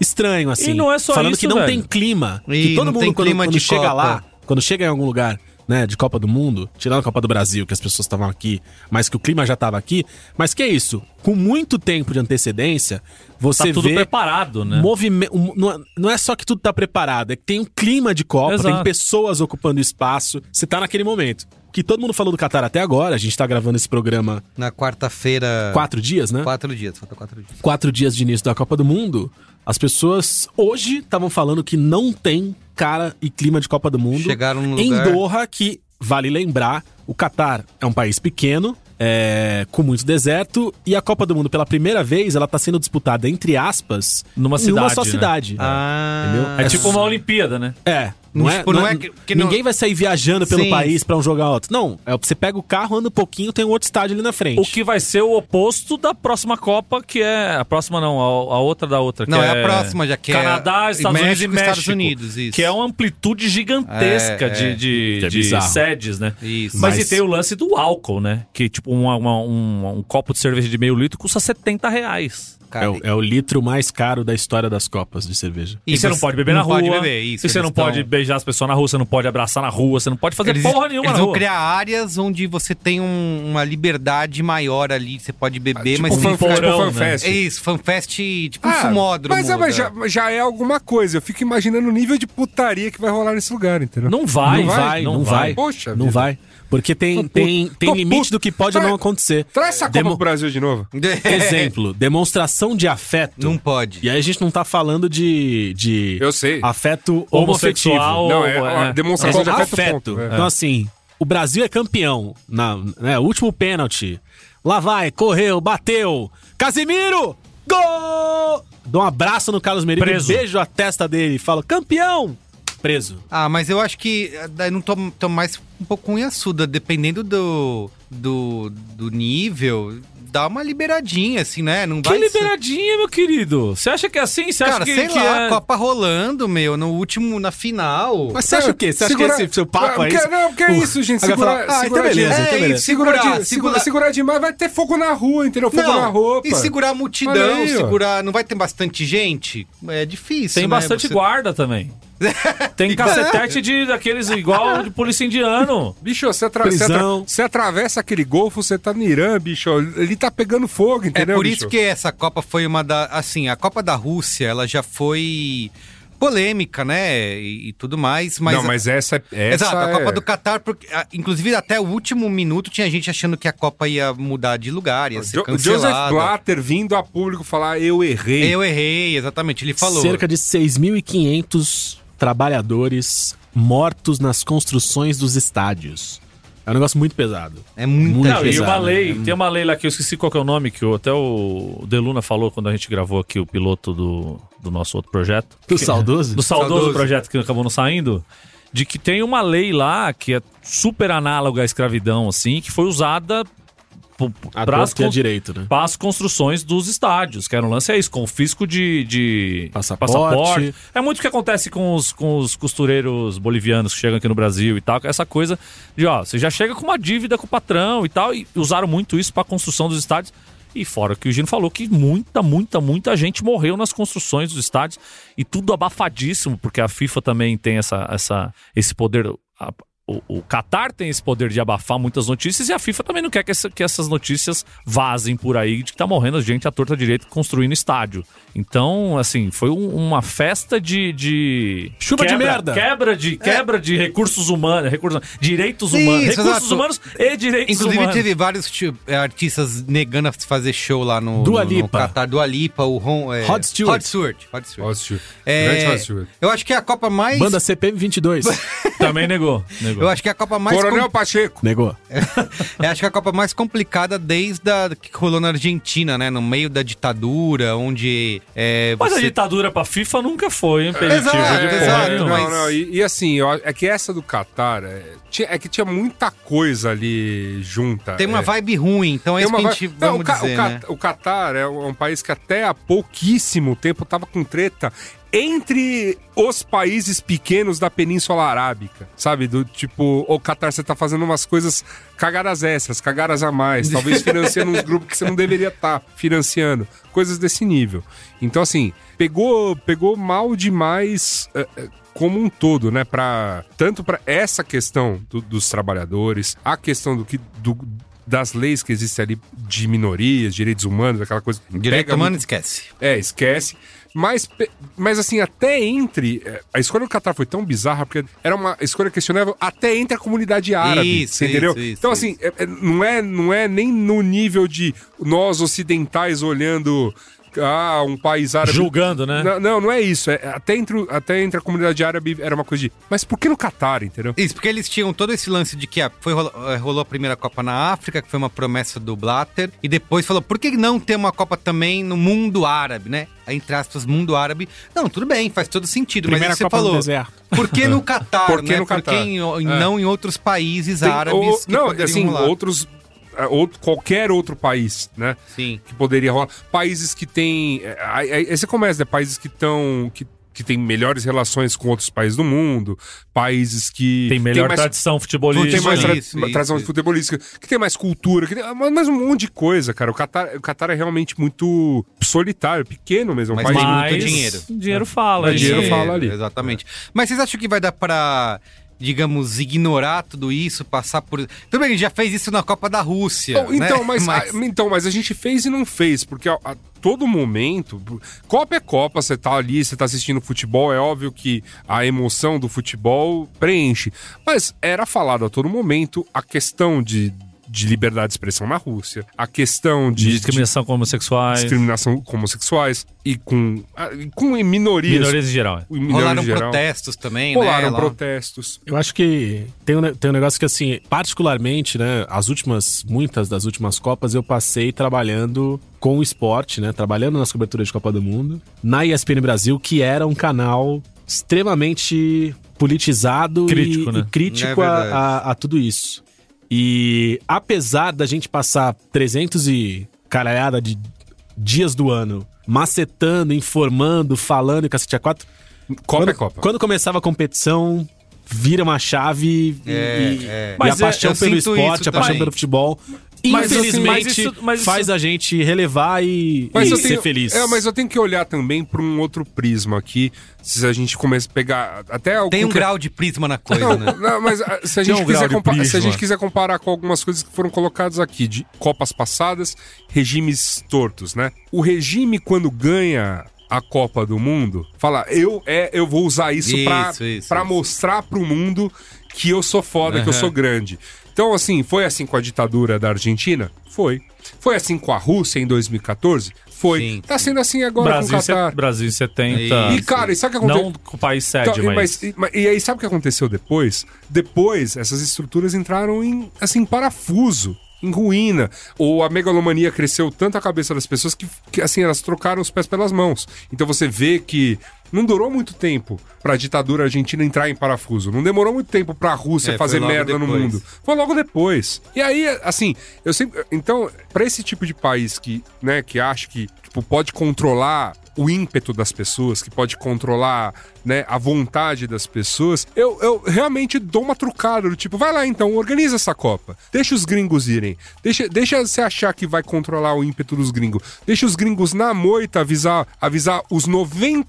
S4: estranho, assim.
S2: E não é só
S4: Falando
S2: isso,
S4: que não
S2: velho.
S4: tem clima.
S1: Ih,
S4: que todo
S1: não
S4: mundo,
S1: tem
S4: quando,
S1: clima
S4: quando
S1: de
S4: chega
S1: Copa.
S4: lá, quando chega em algum lugar, né, de Copa do Mundo, tirando a Copa do Brasil, que as pessoas estavam aqui, mas que o clima já tava aqui. Mas que é isso? Com muito tempo de antecedência,
S2: Tá
S4: você
S2: tudo
S4: vê
S2: preparado, né?
S4: movimento. um- Não é- não é só que tudo tá preparado, é que tem um clima de Copa,
S2: Exato.
S4: tem pessoas ocupando espaço. Você tá naquele momento. O Que todo mundo falou do Catar até agora, a gente tá gravando esse programa
S1: Na quarta-feira.
S4: quatro dias, né?
S1: Quatro dias, falta quatro dias.
S4: quatro dias de início da Copa do Mundo, as pessoas hoje estavam falando que não tem cara e clima de Copa do Mundo.
S1: Chegaram no
S4: em
S1: lugar.
S4: Doha, que vale lembrar, o Catar é um país pequeno, é, com muito deserto, e a Copa do Mundo, pela primeira vez, ela tá sendo disputada, entre aspas,
S2: Numa
S4: em uma
S2: cidade,
S4: só
S2: né? tipo
S4: cidade.
S1: Ah,
S4: Entendeu?
S2: É tipo uma Olimpíada, né?
S4: É, Não é,
S1: Tipo,
S4: não
S1: não
S4: é,
S1: é que- que não-
S4: ninguém vai sair viajando pelo
S1: Sim.
S4: país pra um jogar outro. Não, é, você pega o carro, anda um pouquinho, tem um outro estádio ali na frente.
S2: O que vai ser o oposto da próxima Copa, que é. A próxima não, a, a outra da outra. que
S1: Não, é a próxima, já que é
S2: Canadá, Estados Unidos e
S1: México,
S2: México.
S1: Estados Unidos, isso.
S2: Que é uma amplitude gigantesca
S1: É,
S2: de,
S1: é.
S2: de,
S4: Que é
S2: de
S4: bizarro.
S2: sedes, né?
S1: Isso.
S2: Mas,
S4: Mas-
S2: e tem o lance do álcool, né? Que, tipo, uma- uma- um, um copo de cerveja de meio litro custa 70 reais.
S1: Cara,
S4: é, o, é o litro mais caro da história das Copas de cerveja.
S2: E, você não pode beber na rua.
S1: Não pode beber, isso.
S2: e você
S1: eles
S2: não pode
S1: estão-
S2: beijar as pessoas na rua, você não pode abraçar na rua, você não pode fazer
S1: Eles,
S2: porra nenhuma
S1: eles
S2: na
S1: vão
S2: rua.
S1: criar áreas onde você tem um- uma liberdade maior ali, você pode
S2: Ah,
S1: beber,
S3: tipo
S1: mas
S3: fanfest,
S1: não fica-
S3: tipo
S2: porão, né?
S3: fanfest.
S1: É isso, fanfest, tipo um
S3: Ah,
S1: sumódromo.
S3: mas, é, mas
S1: da-
S3: já, já é alguma coisa. Eu fico imaginando o nível de putaria que vai rolar nesse lugar, entendeu?
S2: Não vai,
S3: Não vai,
S2: não vai.
S3: Poxa
S4: não
S3: vida.
S4: vai. Porque tem, tem, tem
S3: Tô
S4: limite
S3: puto.
S4: do que pode ou
S3: Tra-
S4: não acontecer.
S3: Traz essa Copa
S4: Demo-
S3: pro Brasil de novo.
S4: Exemplo, demonstração de afeto.
S1: Não pode.
S4: E aí a gente não tá falando de, de
S3: Eu sei.
S4: afeto
S2: Homossexual.
S4: homossexual.
S3: Não, é, ó,
S2: é.
S3: demonstração de
S4: afeto.
S3: afeto. ponto. É.
S4: Então, assim, o Brasil é campeão. Na, né, o último pênalti. Lá vai, correu, bateu. Casimiro! Gol! Dou um abraço no Carlos Merigo,
S2: Preso.
S4: beijo a testa dele e falo, campeão! Preso.
S1: Ah, mas eu acho que eh, daí não tô, tô mais um pouco cunhaçuda, dependendo do, do, do nível, dá uma liberadinha, assim, né? Não
S2: Que
S1: vai ser-
S2: liberadinha, meu querido. Você acha que é assim? Você acha
S1: Cara,
S2: que,
S1: sei
S2: que
S1: lá,
S2: é...
S1: Copa rolando, meu, no último, na final.
S4: Mas você acha o quê? Você acha
S3: Segura-
S4: que esse seu papo é
S3: Porque-
S4: isso?
S3: Não, porque é isso, gente.
S4: Aí vai
S3: Segura,
S4: falar, ah, então
S3: segurar
S4: beleza,
S3: demais.
S4: então
S3: É,
S4: beleza.
S3: e Segurar, de-
S1: Segurar,
S3: segura-
S1: segurar.
S3: segurar demais, vai ter fogo na rua, entendeu? Fogo na roupa.
S1: e segurar a
S3: Olha
S1: multidão,
S3: aí, ó.
S1: segurar. Não vai ter bastante gente? É difícil. né?
S2: Tem bastante
S1: Você-
S2: guarda também. Tem cacetete de, daqueles igual de polícia indiano.
S3: Bicho, você, atra- você atra-
S4: Prisão.
S3: você atravessa aquele golfo, você tá no Irã, bicho. Ele tá pegando fogo,
S1: É
S3: entendeu?
S1: por
S3: bicho?
S1: isso que essa Copa foi uma da. Assim, a Copa da Rússia, ela já foi polêmica, né? E, e tudo mais. Mas
S3: não, mas essa, essa
S1: Exato, a Copa
S3: é...
S1: do Catar, porque, a- inclusive até o último minuto tinha gente achando que a Copa ia mudar de lugar, ia ser
S3: Jo- Joseph
S1: cancelada.
S3: Blatter vindo a público falar eu errei.
S1: Eu errei, exatamente, ele falou.
S4: Cerca de 6.500 trabalhadores mortos nas construções dos estádios. É um negócio muito pesado.
S1: É muita
S2: Não, e
S1: gente.
S4: pesado,
S2: uma lei,
S4: né?
S2: tem uma lei lá que eu esqueci qual que é o nome, que o- até o Deluna falou quando a gente gravou aqui o piloto do, do nosso outro projeto.
S4: Do saudoso?
S2: Do saudoso,
S1: Saudoso.
S2: projeto que acabou não saindo. De que tem uma lei lá que é super análoga à escravidão, assim, que foi usada p- p-
S4: A
S2: pras
S4: torta e a
S2: con-
S4: direito, né?
S2: para as construções dos estádios, que era um lance, é isso, confisco de, de
S4: Passaporte.
S2: É muito o que acontece com os, com os costureiros bolivianos que chegam aqui no Brasil e tal, essa coisa de, ó, você já chega com uma dívida com o patrão e tal, e usaram muito isso para a construção dos estádios. E fora que o Gino falou que muita, muita, muita gente morreu nas construções dos estádios e tudo abafadíssimo, porque a FIFA também tem essa, essa, esse poder a- o, o Qatar tem esse poder de abafar muitas notícias e a FIFA também não quer que, essa- que essas notícias vazem por aí de que tá morrendo gente à torta direita construindo estádio. Então, assim, foi um- uma festa de. de-
S4: Chuva de
S2: quebra-
S4: merda.
S2: Quebra de, quebra de recursos humanos, recursos, direitos
S1: É. Isso,
S2: humanos. recursos
S1: exato.
S2: humanos e direitos
S1: Inclusive
S2: humanos.
S1: teve vários ti- eh, artistas negando a fazer show lá no,
S4: Dua
S1: no, no
S4: Lipa.
S1: Catar. Dua Lipa, o Ron... eh,
S4: Rod Stewart.
S1: Rod Stewart. Rod Stewart.
S3: Rod Stewart.
S1: É,
S3: Grande Rod Stewart.
S1: eu acho que é a Copa mais...
S4: Banda CPM 22.
S2: Também negou. negou.
S1: Eu acho que é a Copa mais...
S3: Coronel
S1: com-
S3: Pacheco.
S4: Negou.
S1: Eu acho que é a Copa mais complicada desde a que rolou na Argentina, né? No meio da ditadura, onde é,
S2: Mas a
S1: você
S2: ditadura pra FIFA nunca foi um impeditivo
S1: Exato,
S2: de porra
S1: exato,
S2: nenhuma.
S3: não,
S1: mas-
S3: não, e, e assim, eu- é que essa do Qatar é, tinha- é que tinha muita coisa ali junta.
S1: tem uma
S3: é.
S1: vibe ruim. Então é
S3: Tem
S1: isso
S3: uma
S1: que a
S3: va-
S1: gente,
S3: Não,
S1: vamos
S3: o, Ca- o
S1: dizer,
S3: Ca-
S1: né?
S3: o Qatar é um é um país que até há pouquíssimo tempo estava com treta entre os países pequenos da Península Arábica, sabe? Do tipo, o Qatar, você tá fazendo umas coisas cagadas extras, cagadas a mais, talvez financiando uns grupos que você não deveria estar financiando, coisas desse nível. Então, assim, pegou, pegou mal demais eh, eh, como um todo, né? Pra, tanto para essa questão do- dos trabalhadores, a questão do que. do- das leis que existem ali de minorias, direitos humanos, aquela coisa.
S1: Direito
S3: Pega
S1: humano, esquece.
S3: muito- É, esquece. Mas, pe- mas assim, até entre. é, A escolha do Qatar foi tão bizarra, porque era uma escolha questionável até entre a comunidade árabe.
S1: Isso,
S3: você entendeu?
S1: isso, isso,
S3: então, assim, é- é- não, é, não é nem no nível de nós ocidentais olhando ah, um país árabe.
S2: Julgando, né?
S3: Não, não, não é isso. É, até, entre, o- até entre a comunidade árabe era uma coisa de. Mas por que no Catar, entendeu?
S1: Isso, porque eles tinham todo esse lance de que ah, foi, rolo- eh, rolou, a primeira Copa na África, que foi uma promessa do Blatter, e depois falou, por que não ter uma Copa também no mundo árabe, né? Aí, Entre aspas, mundo árabe. Não, tudo bem, faz todo sentido,
S4: Primeira
S1: mas isso
S4: Copa
S1: você
S4: do
S1: falou,
S4: deserto.
S1: por que no Catar,
S3: Por que
S1: né?
S3: no Catar?
S1: Por que em- em-
S3: É.
S1: não em outros países
S3: Tem-
S1: árabes
S3: ou-
S1: que
S3: não,
S1: poderiam
S3: assim,
S1: rolar?
S3: outros. ah, Outro, qualquer outro país, né?
S1: Sim.
S3: que poderia rolar. Países que têm. é, Aí aí você começa, né? Países que estão. Que, que têm melhores relações com outros países do mundo, países que.
S2: Tem melhor
S3: mais-
S2: tradição
S3: que
S2: futebolística.
S3: tem mais
S1: Isso,
S3: tra-
S1: isso,
S3: uma tradição
S1: isso.
S3: futebolística, que tem mais cultura, que tem mais um monte de coisa, cara. O Catar, o Catar é realmente muito solitário, pequeno mesmo. um
S1: Mas
S3: país
S1: tem
S3: muito-
S1: muito
S2: Mas
S1: dinheiro.
S2: Dinheiro fala.
S3: Mas
S2: isso.
S3: dinheiro fala. ali.
S1: é, Exatamente. Mas vocês acham que vai dar pra, digamos, ignorar tudo isso, passar por... Tudo bem, a gente já fez isso na Copa da Rússia,
S3: Então,
S1: né?
S3: então, mas, ah, então, mas a gente fez e não fez, porque a, a todo momento, Copa é Copa, você tá ali, você tá assistindo futebol, é óbvio que a emoção do futebol preenche. Mas era falado a todo momento a questão de, de liberdade de expressão na Rússia, a questão de,
S2: De discriminação com homossexuais.
S3: de discriminação com homossessõais e com, ah, e com minorias.
S2: Minorias em geral. é.
S3: em minorias
S1: Rolaram
S3: em geral.
S1: protestos também,
S3: Rolaram
S1: né? Lá-
S3: protestos.
S4: Eu acho que tem um, ne- tem um negócio que, assim, particularmente, né, as últimas, muitas das últimas Copas eu passei trabalhando com o esporte, né, trabalhando nas coberturas de Copa do Mundo, na ESPN Brasil, que era um canal extremamente politizado e-
S2: Crítico,
S4: e,
S2: né?
S4: crítico
S1: É
S4: a-
S1: verdade.
S4: a, a tudo isso. E apesar da gente passar 300 e caralhada de dias do ano macetando, informando, falando e cacete a quatro,
S3: Copa
S4: quando,
S3: é Copa.
S4: quando começava a competição, vira uma chave e,
S1: É,
S4: e-
S1: é.
S4: e a
S2: Mas é-
S4: paixão
S1: eu
S4: pelo
S1: sinto
S4: esporte,
S1: isso
S4: a paixão
S1: também.
S4: pelo futebol.
S2: Mas, assim,
S4: Infelizmente,
S2: mas isso- mas isso-
S4: faz a gente relevar e, e
S3: eu
S4: ser
S3: tenho-
S4: feliz.
S3: É, mas eu tenho que olhar também para um outro prisma aqui. Se a gente começa a pegar até o
S1: Tem um
S3: Cuca-
S1: grau de prisma na coisa,
S3: Não,
S1: né?
S3: não, mas ah, se a,
S4: Tem
S3: gente
S4: um grau
S3: quiser
S4: de
S3: compa- se a
S4: prisma.
S3: gente quiser comparar com algumas coisas que foram colocadas aqui, de Copas passadas, regimes tortos, né? O regime, quando ganha a Copa do Mundo, fala, eu é, eu vou usar isso, pra
S1: Isso, isso,
S3: para
S1: isso.
S3: mostrar pro mundo que eu sou foda, que eu sou grande. Então, assim, foi assim com a ditadura da Argentina? Foi. Foi assim com a Rússia em 2014? Foi.
S1: Sim,
S3: tá sendo assim agora com
S2: Brasil,
S3: o Catar.
S2: se- Brasil 70.
S3: E, cara, e sabe o que aconteceu?
S2: Não com o país sede,
S3: Então, e-
S2: mas.
S3: e- mas- e aí, sabe o que aconteceu depois? Depois, essas estruturas entraram em, assim, parafuso, em ruína. Ou a megalomania cresceu tanto a cabeça das pessoas que, que, assim, elas trocaram os pés pelas mãos. Então você vê que não durou muito tempo pra ditadura argentina entrar em parafuso. Não demorou muito tempo pra Rússia
S1: É, foi
S3: fazer
S1: logo
S3: merda no
S1: depois.
S3: mundo. Foi logo depois. E aí, assim, eu sempre. Então, pra esse tipo de país que, né, que acha que tipo, pode controlar o ímpeto das pessoas, que pode controlar, né, a vontade das pessoas, eu, eu realmente dou uma trucada do tipo, vai lá então, organiza essa Copa. Deixa os gringos irem. Deixa, deixa você achar que vai controlar o ímpeto dos gringos. Deixa os gringos na moita avisar, avisar os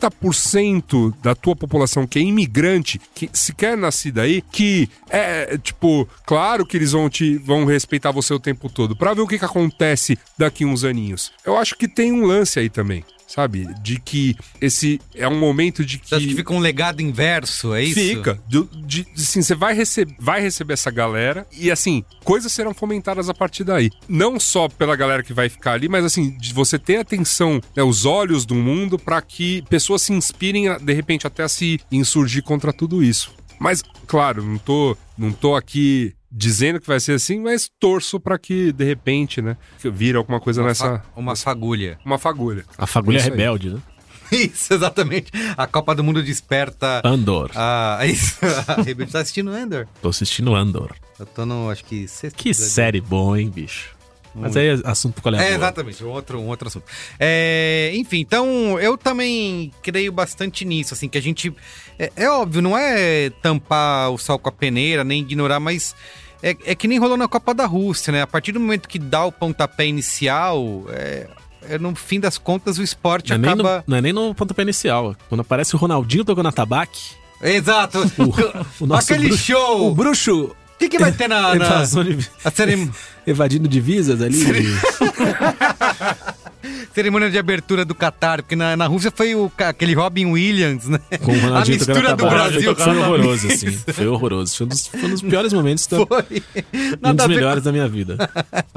S3: 90% da tua população que é imigrante, que sequer nascida aí, que é, tipo, claro que eles vão te vão respeitar você o tempo todo, pra ver o que, que acontece daqui uns aninhos. Eu acho que tem um lance aí também, sabe? De que esse é um momento de
S1: Você acha que fica um legado inverso, é isso?
S3: Fica. De, de- de- assim, você vai, receb- vai receber essa galera e, assim, coisas serão fomentadas a partir daí. Não só pela galera que vai ficar ali, mas, assim, de você ter atenção, né, os olhos do mundo para que pessoas se inspirem, a- de repente, até a se insurgir contra tudo isso. Mas, claro, não tô, não tô aqui dizendo que vai ser assim, mas torço para que, de repente, né, que vire alguma coisa
S1: Uma,
S3: nessa...
S1: fa- uma fagulha.
S3: Uma fagulha.
S4: A
S3: É
S4: fagulha
S3: Isso aí.
S4: rebelde, né?
S1: Isso, exatamente. A Copa do Mundo desperta.
S4: Andor.
S1: Ah, isso. A Rebelde tá assistindo Ender?
S4: Tô assistindo Andor.
S1: Eu tô no, acho que sexto.
S4: Que série boa, hein, bicho? Mas aí é assunto qual é,
S1: É, exatamente, um outro, um outro assunto. É, enfim, então eu também creio bastante nisso, assim, que a gente. É, é óbvio, não é tampar o sol com a peneira, nem ignorar, mas. É, é que nem rolou na Copa da Rússia, né? A partir do momento que dá o pontapé inicial, é, é, no fim das contas o esporte
S4: Não é, nem no,
S1: acaba.
S4: não é nem no pontapé inicial. Quando aparece o Ronaldinho tocando a tabaque,
S1: Exato!
S4: o nosso
S1: Aquele
S4: bruxo-
S1: show!
S4: o bruxo tá
S1: O que, que vai ter na. na...
S4: evasou de-
S1: A cerim-
S4: evadindo divisas ali.
S1: cerimônia de abertura do Qatar, porque na, na Rússia foi o, ca- aquele Robin Williams, né?
S4: Com o Ronaldinho
S1: A mistura do
S4: tocando tabaco.
S1: Brasil
S4: Foi
S1: com a
S4: horroroso,
S1: camisa.
S4: assim. Foi horroroso. Foi um dos, foi um dos piores momentos da,
S1: Foi.
S4: um
S1: Nada
S4: dos
S1: a ver com-
S4: melhores da minha vida.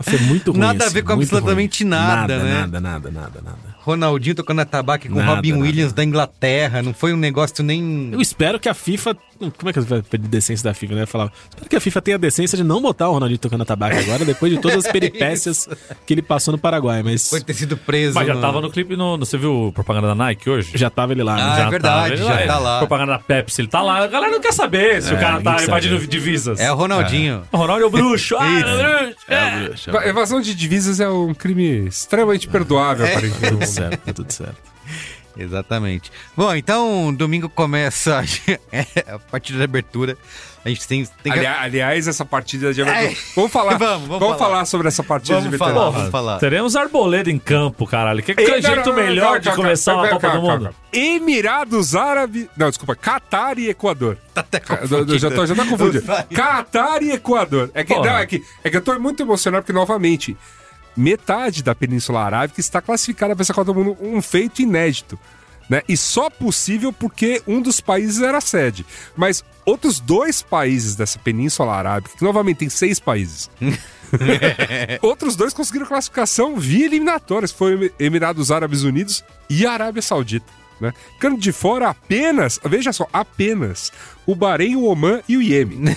S4: Foi muito ruim.
S1: Nada a
S4: assim,
S1: ver com
S4: muito
S1: absolutamente
S4: ruim.
S1: nada, né?
S4: Nada, nada, nada, nada, nada.
S1: Ronaldinho tocando a tabaco com
S4: Nada,
S1: Robin
S4: nada.
S1: Williams da Inglaterra. Não foi um negócio nem.
S4: Eu espero que a FIFA. Como é que vai perder a decência da FIFA, né? Eu Falava. Espero que a FIFA tenha a decência de não botar o Ronaldinho tocando a tabaco agora, depois de todas as peripécias que ele passou no Paraguai. Mas
S1: É Foi ter sido preso.
S2: Mas já
S1: no-
S2: tava no clipe, no, no- você viu a propaganda da Nike hoje?
S4: já tava ele lá. né?
S1: Ah,
S4: Já-
S1: é verdade,
S2: ele
S1: já tá lá.
S2: Propaganda da Pepsi, ele tá lá. A galera não quer saber se o cara
S4: ninguém
S2: tá
S4: sabe.
S2: invadindo divisas.
S1: É o Ronaldinho.
S2: O Ronaldo é o bruxo. ah,
S1: Isso.
S2: é o bruxo. É.
S3: Va- Evasão de divisas é um crime extremamente perdoável,
S1: É.
S3: aparentemente.
S4: Tudo certo, tá tudo certo.
S1: Exatamente. Bom, então domingo começa a partida de abertura. A gente tem, tem que-
S3: Ali- aliás, essa partida de abertura.
S1: É.
S3: Vamos falar.
S1: Vamos, vamos
S3: falar.
S1: falar
S3: sobre essa partida
S1: Vamos
S3: de
S1: falar,
S3: veterano.
S1: vamos falar.
S2: Teremos Arboleda em campo, caralho. Que, que
S3: Ei, não,
S2: jeito
S3: não, não,
S2: melhor
S3: não,
S2: de
S3: calma,
S2: começar
S3: calma,
S2: a Copa
S3: calma,
S2: do
S3: calma,
S2: Mundo?
S3: calma. Emirados Árabes. Não, desculpa, Catar e Equador. Tá até confundido. Já, tô, já tá confundido.
S1: Vai.
S3: Catar e Equador. É que,
S2: Porra.
S3: não, é, que, é que eu tô muito emocionado porque, novamente, metade da Península Arábica está classificada para essa Copa do Mundo, um feito inédito. Né? E só possível porque um dos países era sede. Mas outros dois países dessa Península Arábica, que novamente tem seis países, Outros dois conseguiram classificação via eliminatórias, que foram Emirados Árabes Unidos e Arábia Saudita. Né? Ficando de fora apenas, veja só, apenas o Bahrein, o Oman e o Iêmen.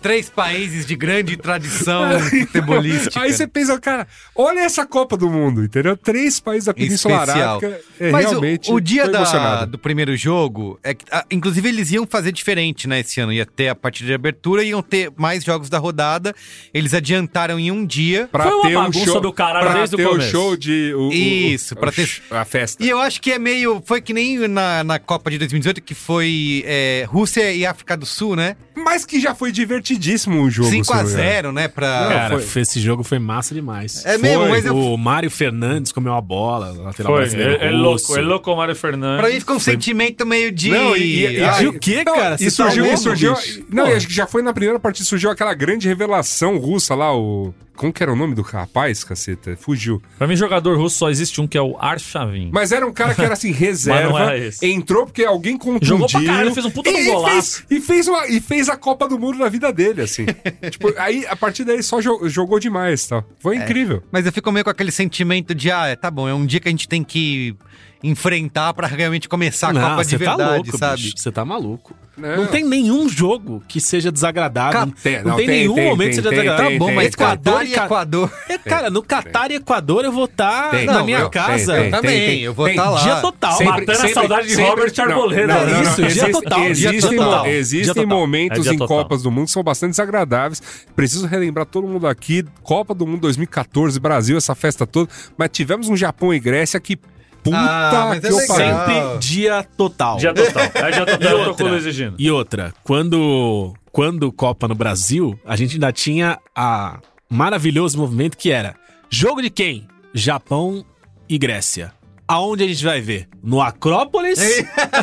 S1: três países de grande tradição futebolística.
S3: Aí você pensa, cara, olha essa Copa do Mundo, entendeu? Três países da Península
S1: especial.
S3: Arábica. É,
S1: Mas o-
S3: realmente
S1: o, dia
S3: tô
S1: da-
S3: emocionado.
S1: do primeiro jogo, é que, ah, inclusive eles iam fazer diferente, né? Esse ano ia ter a partida de abertura, iam ter mais jogos da rodada. Eles adiantaram em um dia.
S3: Pra
S2: Foi uma
S3: ter o
S2: bagunça
S3: show-
S2: do caralho
S3: pra
S2: desde o
S3: ter
S2: começo.
S3: show de. o- o-
S1: Isso,
S3: o-
S1: pra
S3: o
S1: ter-
S3: sh- A festa.
S1: E eu acho que é meio. Foi que nem na, na Copa de 2018, que foi é, Rússia e África do Sul, né?
S3: Mas que já foi divertidíssimo o jogo. se não me engano.
S1: 5x0, né? Pra...
S4: Cara,
S3: foi.
S4: esse jogo foi massa demais.
S1: É mesmo,
S4: Foi,
S1: mas eu-
S4: O Mário Fernandes comeu a bola, lateral
S2: Foi,
S4: brasileiro.
S2: é, é
S4: russo.
S2: louco, é louco o Mário Fernandes.
S1: Pra mim fica um sentimento meio de.
S3: Não, e- e- e-
S1: Ai,
S4: E o que, cara? Você
S3: E surgiu,
S4: tá
S3: e
S4: louco,
S3: surgiu.
S4: bicho?
S3: Não,
S4: Pô.
S3: e acho que já foi na primeira partida, surgiu aquela grande revelação russa lá, o. Como que era o nome do rapaz, caceta? Fugiu.
S2: Pra mim, jogador russo só existe um que é o Arshavin.
S3: Mas era um cara que era assim, reserva.
S2: era esse.
S3: entrou porque alguém contundiu.
S2: Jogou pra caralho, fez um puta
S3: e,
S2: de um
S3: e fez-
S2: golaço.
S3: E fez, uma, e fez a Copa do Mundo na vida dele, assim. tipo, aí a partir daí só jo- jogou demais, tá? Foi
S1: É.
S3: incrível.
S1: Mas eu fico meio com aquele sentimento de, ah, é, tá bom, é um dia que a gente tem que enfrentar pra realmente começar a
S4: Não,
S1: Copa de
S4: você
S1: verdade,
S4: tá louco,
S1: sabe?
S4: bicho. Você tá maluco.
S3: Não.
S1: Né?
S4: Não. tem nenhum jogo que seja desagradável.
S3: Tem,
S4: não,
S3: não,
S4: tem,
S3: tem,
S4: nenhum
S3: tem,
S4: momento
S3: tem,
S4: que seja
S3: tem,
S4: desagradável. Tá
S3: tem,
S1: Bom,
S3: tem,
S1: mas
S3: tem.
S1: Equador e
S4: Ca-
S1: Equador.
S4: É, cara, no Catar e Equador eu vou estar
S3: Tem.
S4: na
S3: Não,
S4: minha
S3: eu-
S4: casa.
S3: tem, tem.
S1: Também, eu vou
S3: tem.
S1: estar lá.
S4: Dia total.
S2: Sempre- Matando a saudade de Robert Arboleda. né?
S4: É isso, dia
S3: existe-
S4: total, dia
S3: Existem,
S4: total.
S3: mo- existem
S2: Dia total. É
S3: momentos
S2: dia
S3: em
S2: total.
S3: Copas do Mundo que são bastante desagradáveis. Preciso relembrar todo mundo aqui, Copa do Mundo 2014, Brasil, essa festa toda. Mas tivemos um Japão e Grécia que puta
S1: Ah, mas
S3: que
S1: é
S3: eu
S1: legal.
S3: pariu.
S4: Sempre dia total.
S2: Dia total. É dia total, eu tô com o Luiz e Gino.
S4: E outra, quando, quando Copa no Brasil, a gente ainda tinha a maravilhoso movimento que era jogo de quem? Japão e Grécia. Aonde a gente vai ver? No Acrópolis?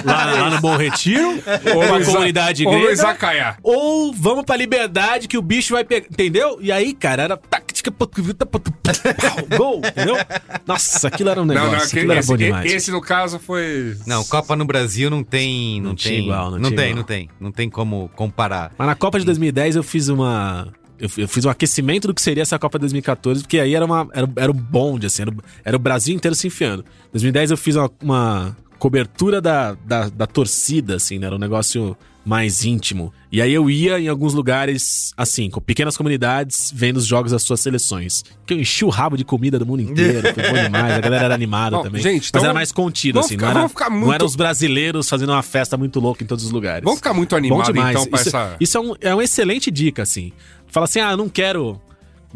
S4: lá, lá no Bom Retiro? ou na
S3: Luiz-
S4: comunidade
S3: Ô, Luiz
S4: grega?
S3: Acaiá.
S4: Ou vamos pra liberdade que o bicho vai pegar. Entendeu? E aí, cara, era. tática, pau, Gol, entendeu? Nossa, aquilo era um negócio.
S3: Não, não,
S4: aquilo
S3: aquele-
S4: era bom
S3: esse,
S4: demais.
S3: esse no caso foi.
S1: Não, Copa no Brasil não tem. Não,
S4: Não
S1: tem
S4: tinha igual, não
S1: Não
S4: tinha
S1: tem,
S4: igual.
S1: não tem. Não tem como comparar.
S4: Mas na Copa de 2010 eu fiz uma. Eu fi- eu fiz um aquecimento do que seria essa Copa de 2014, porque aí era, uma, era, era um bonde, assim, era, o- era o Brasil inteiro se enfiando. Em 2010 eu fiz uma, uma cobertura da, da, da torcida, assim, né? Era um negócio mais íntimo. E aí eu ia em alguns lugares, assim, com pequenas comunidades, vendo os jogos das suas seleções. Que eu enchi o rabo de comida do mundo inteiro, foi bom demais, a galera era animada
S3: Bom,
S4: também.
S3: gente,
S4: Mas
S3: então
S4: era mais contido,
S3: vamos
S4: assim,
S3: ficar-
S4: não, era,
S3: vamos ficar
S4: não
S3: muito-
S4: eram os brasileiros fazendo uma festa muito louca em todos os lugares.
S3: Vamos ficar muito
S4: Bom
S3: animado
S4: demais.
S3: então pra
S4: isso
S3: essa.
S4: isso é, um, é uma excelente dica, assim. Fala assim, ah, não quero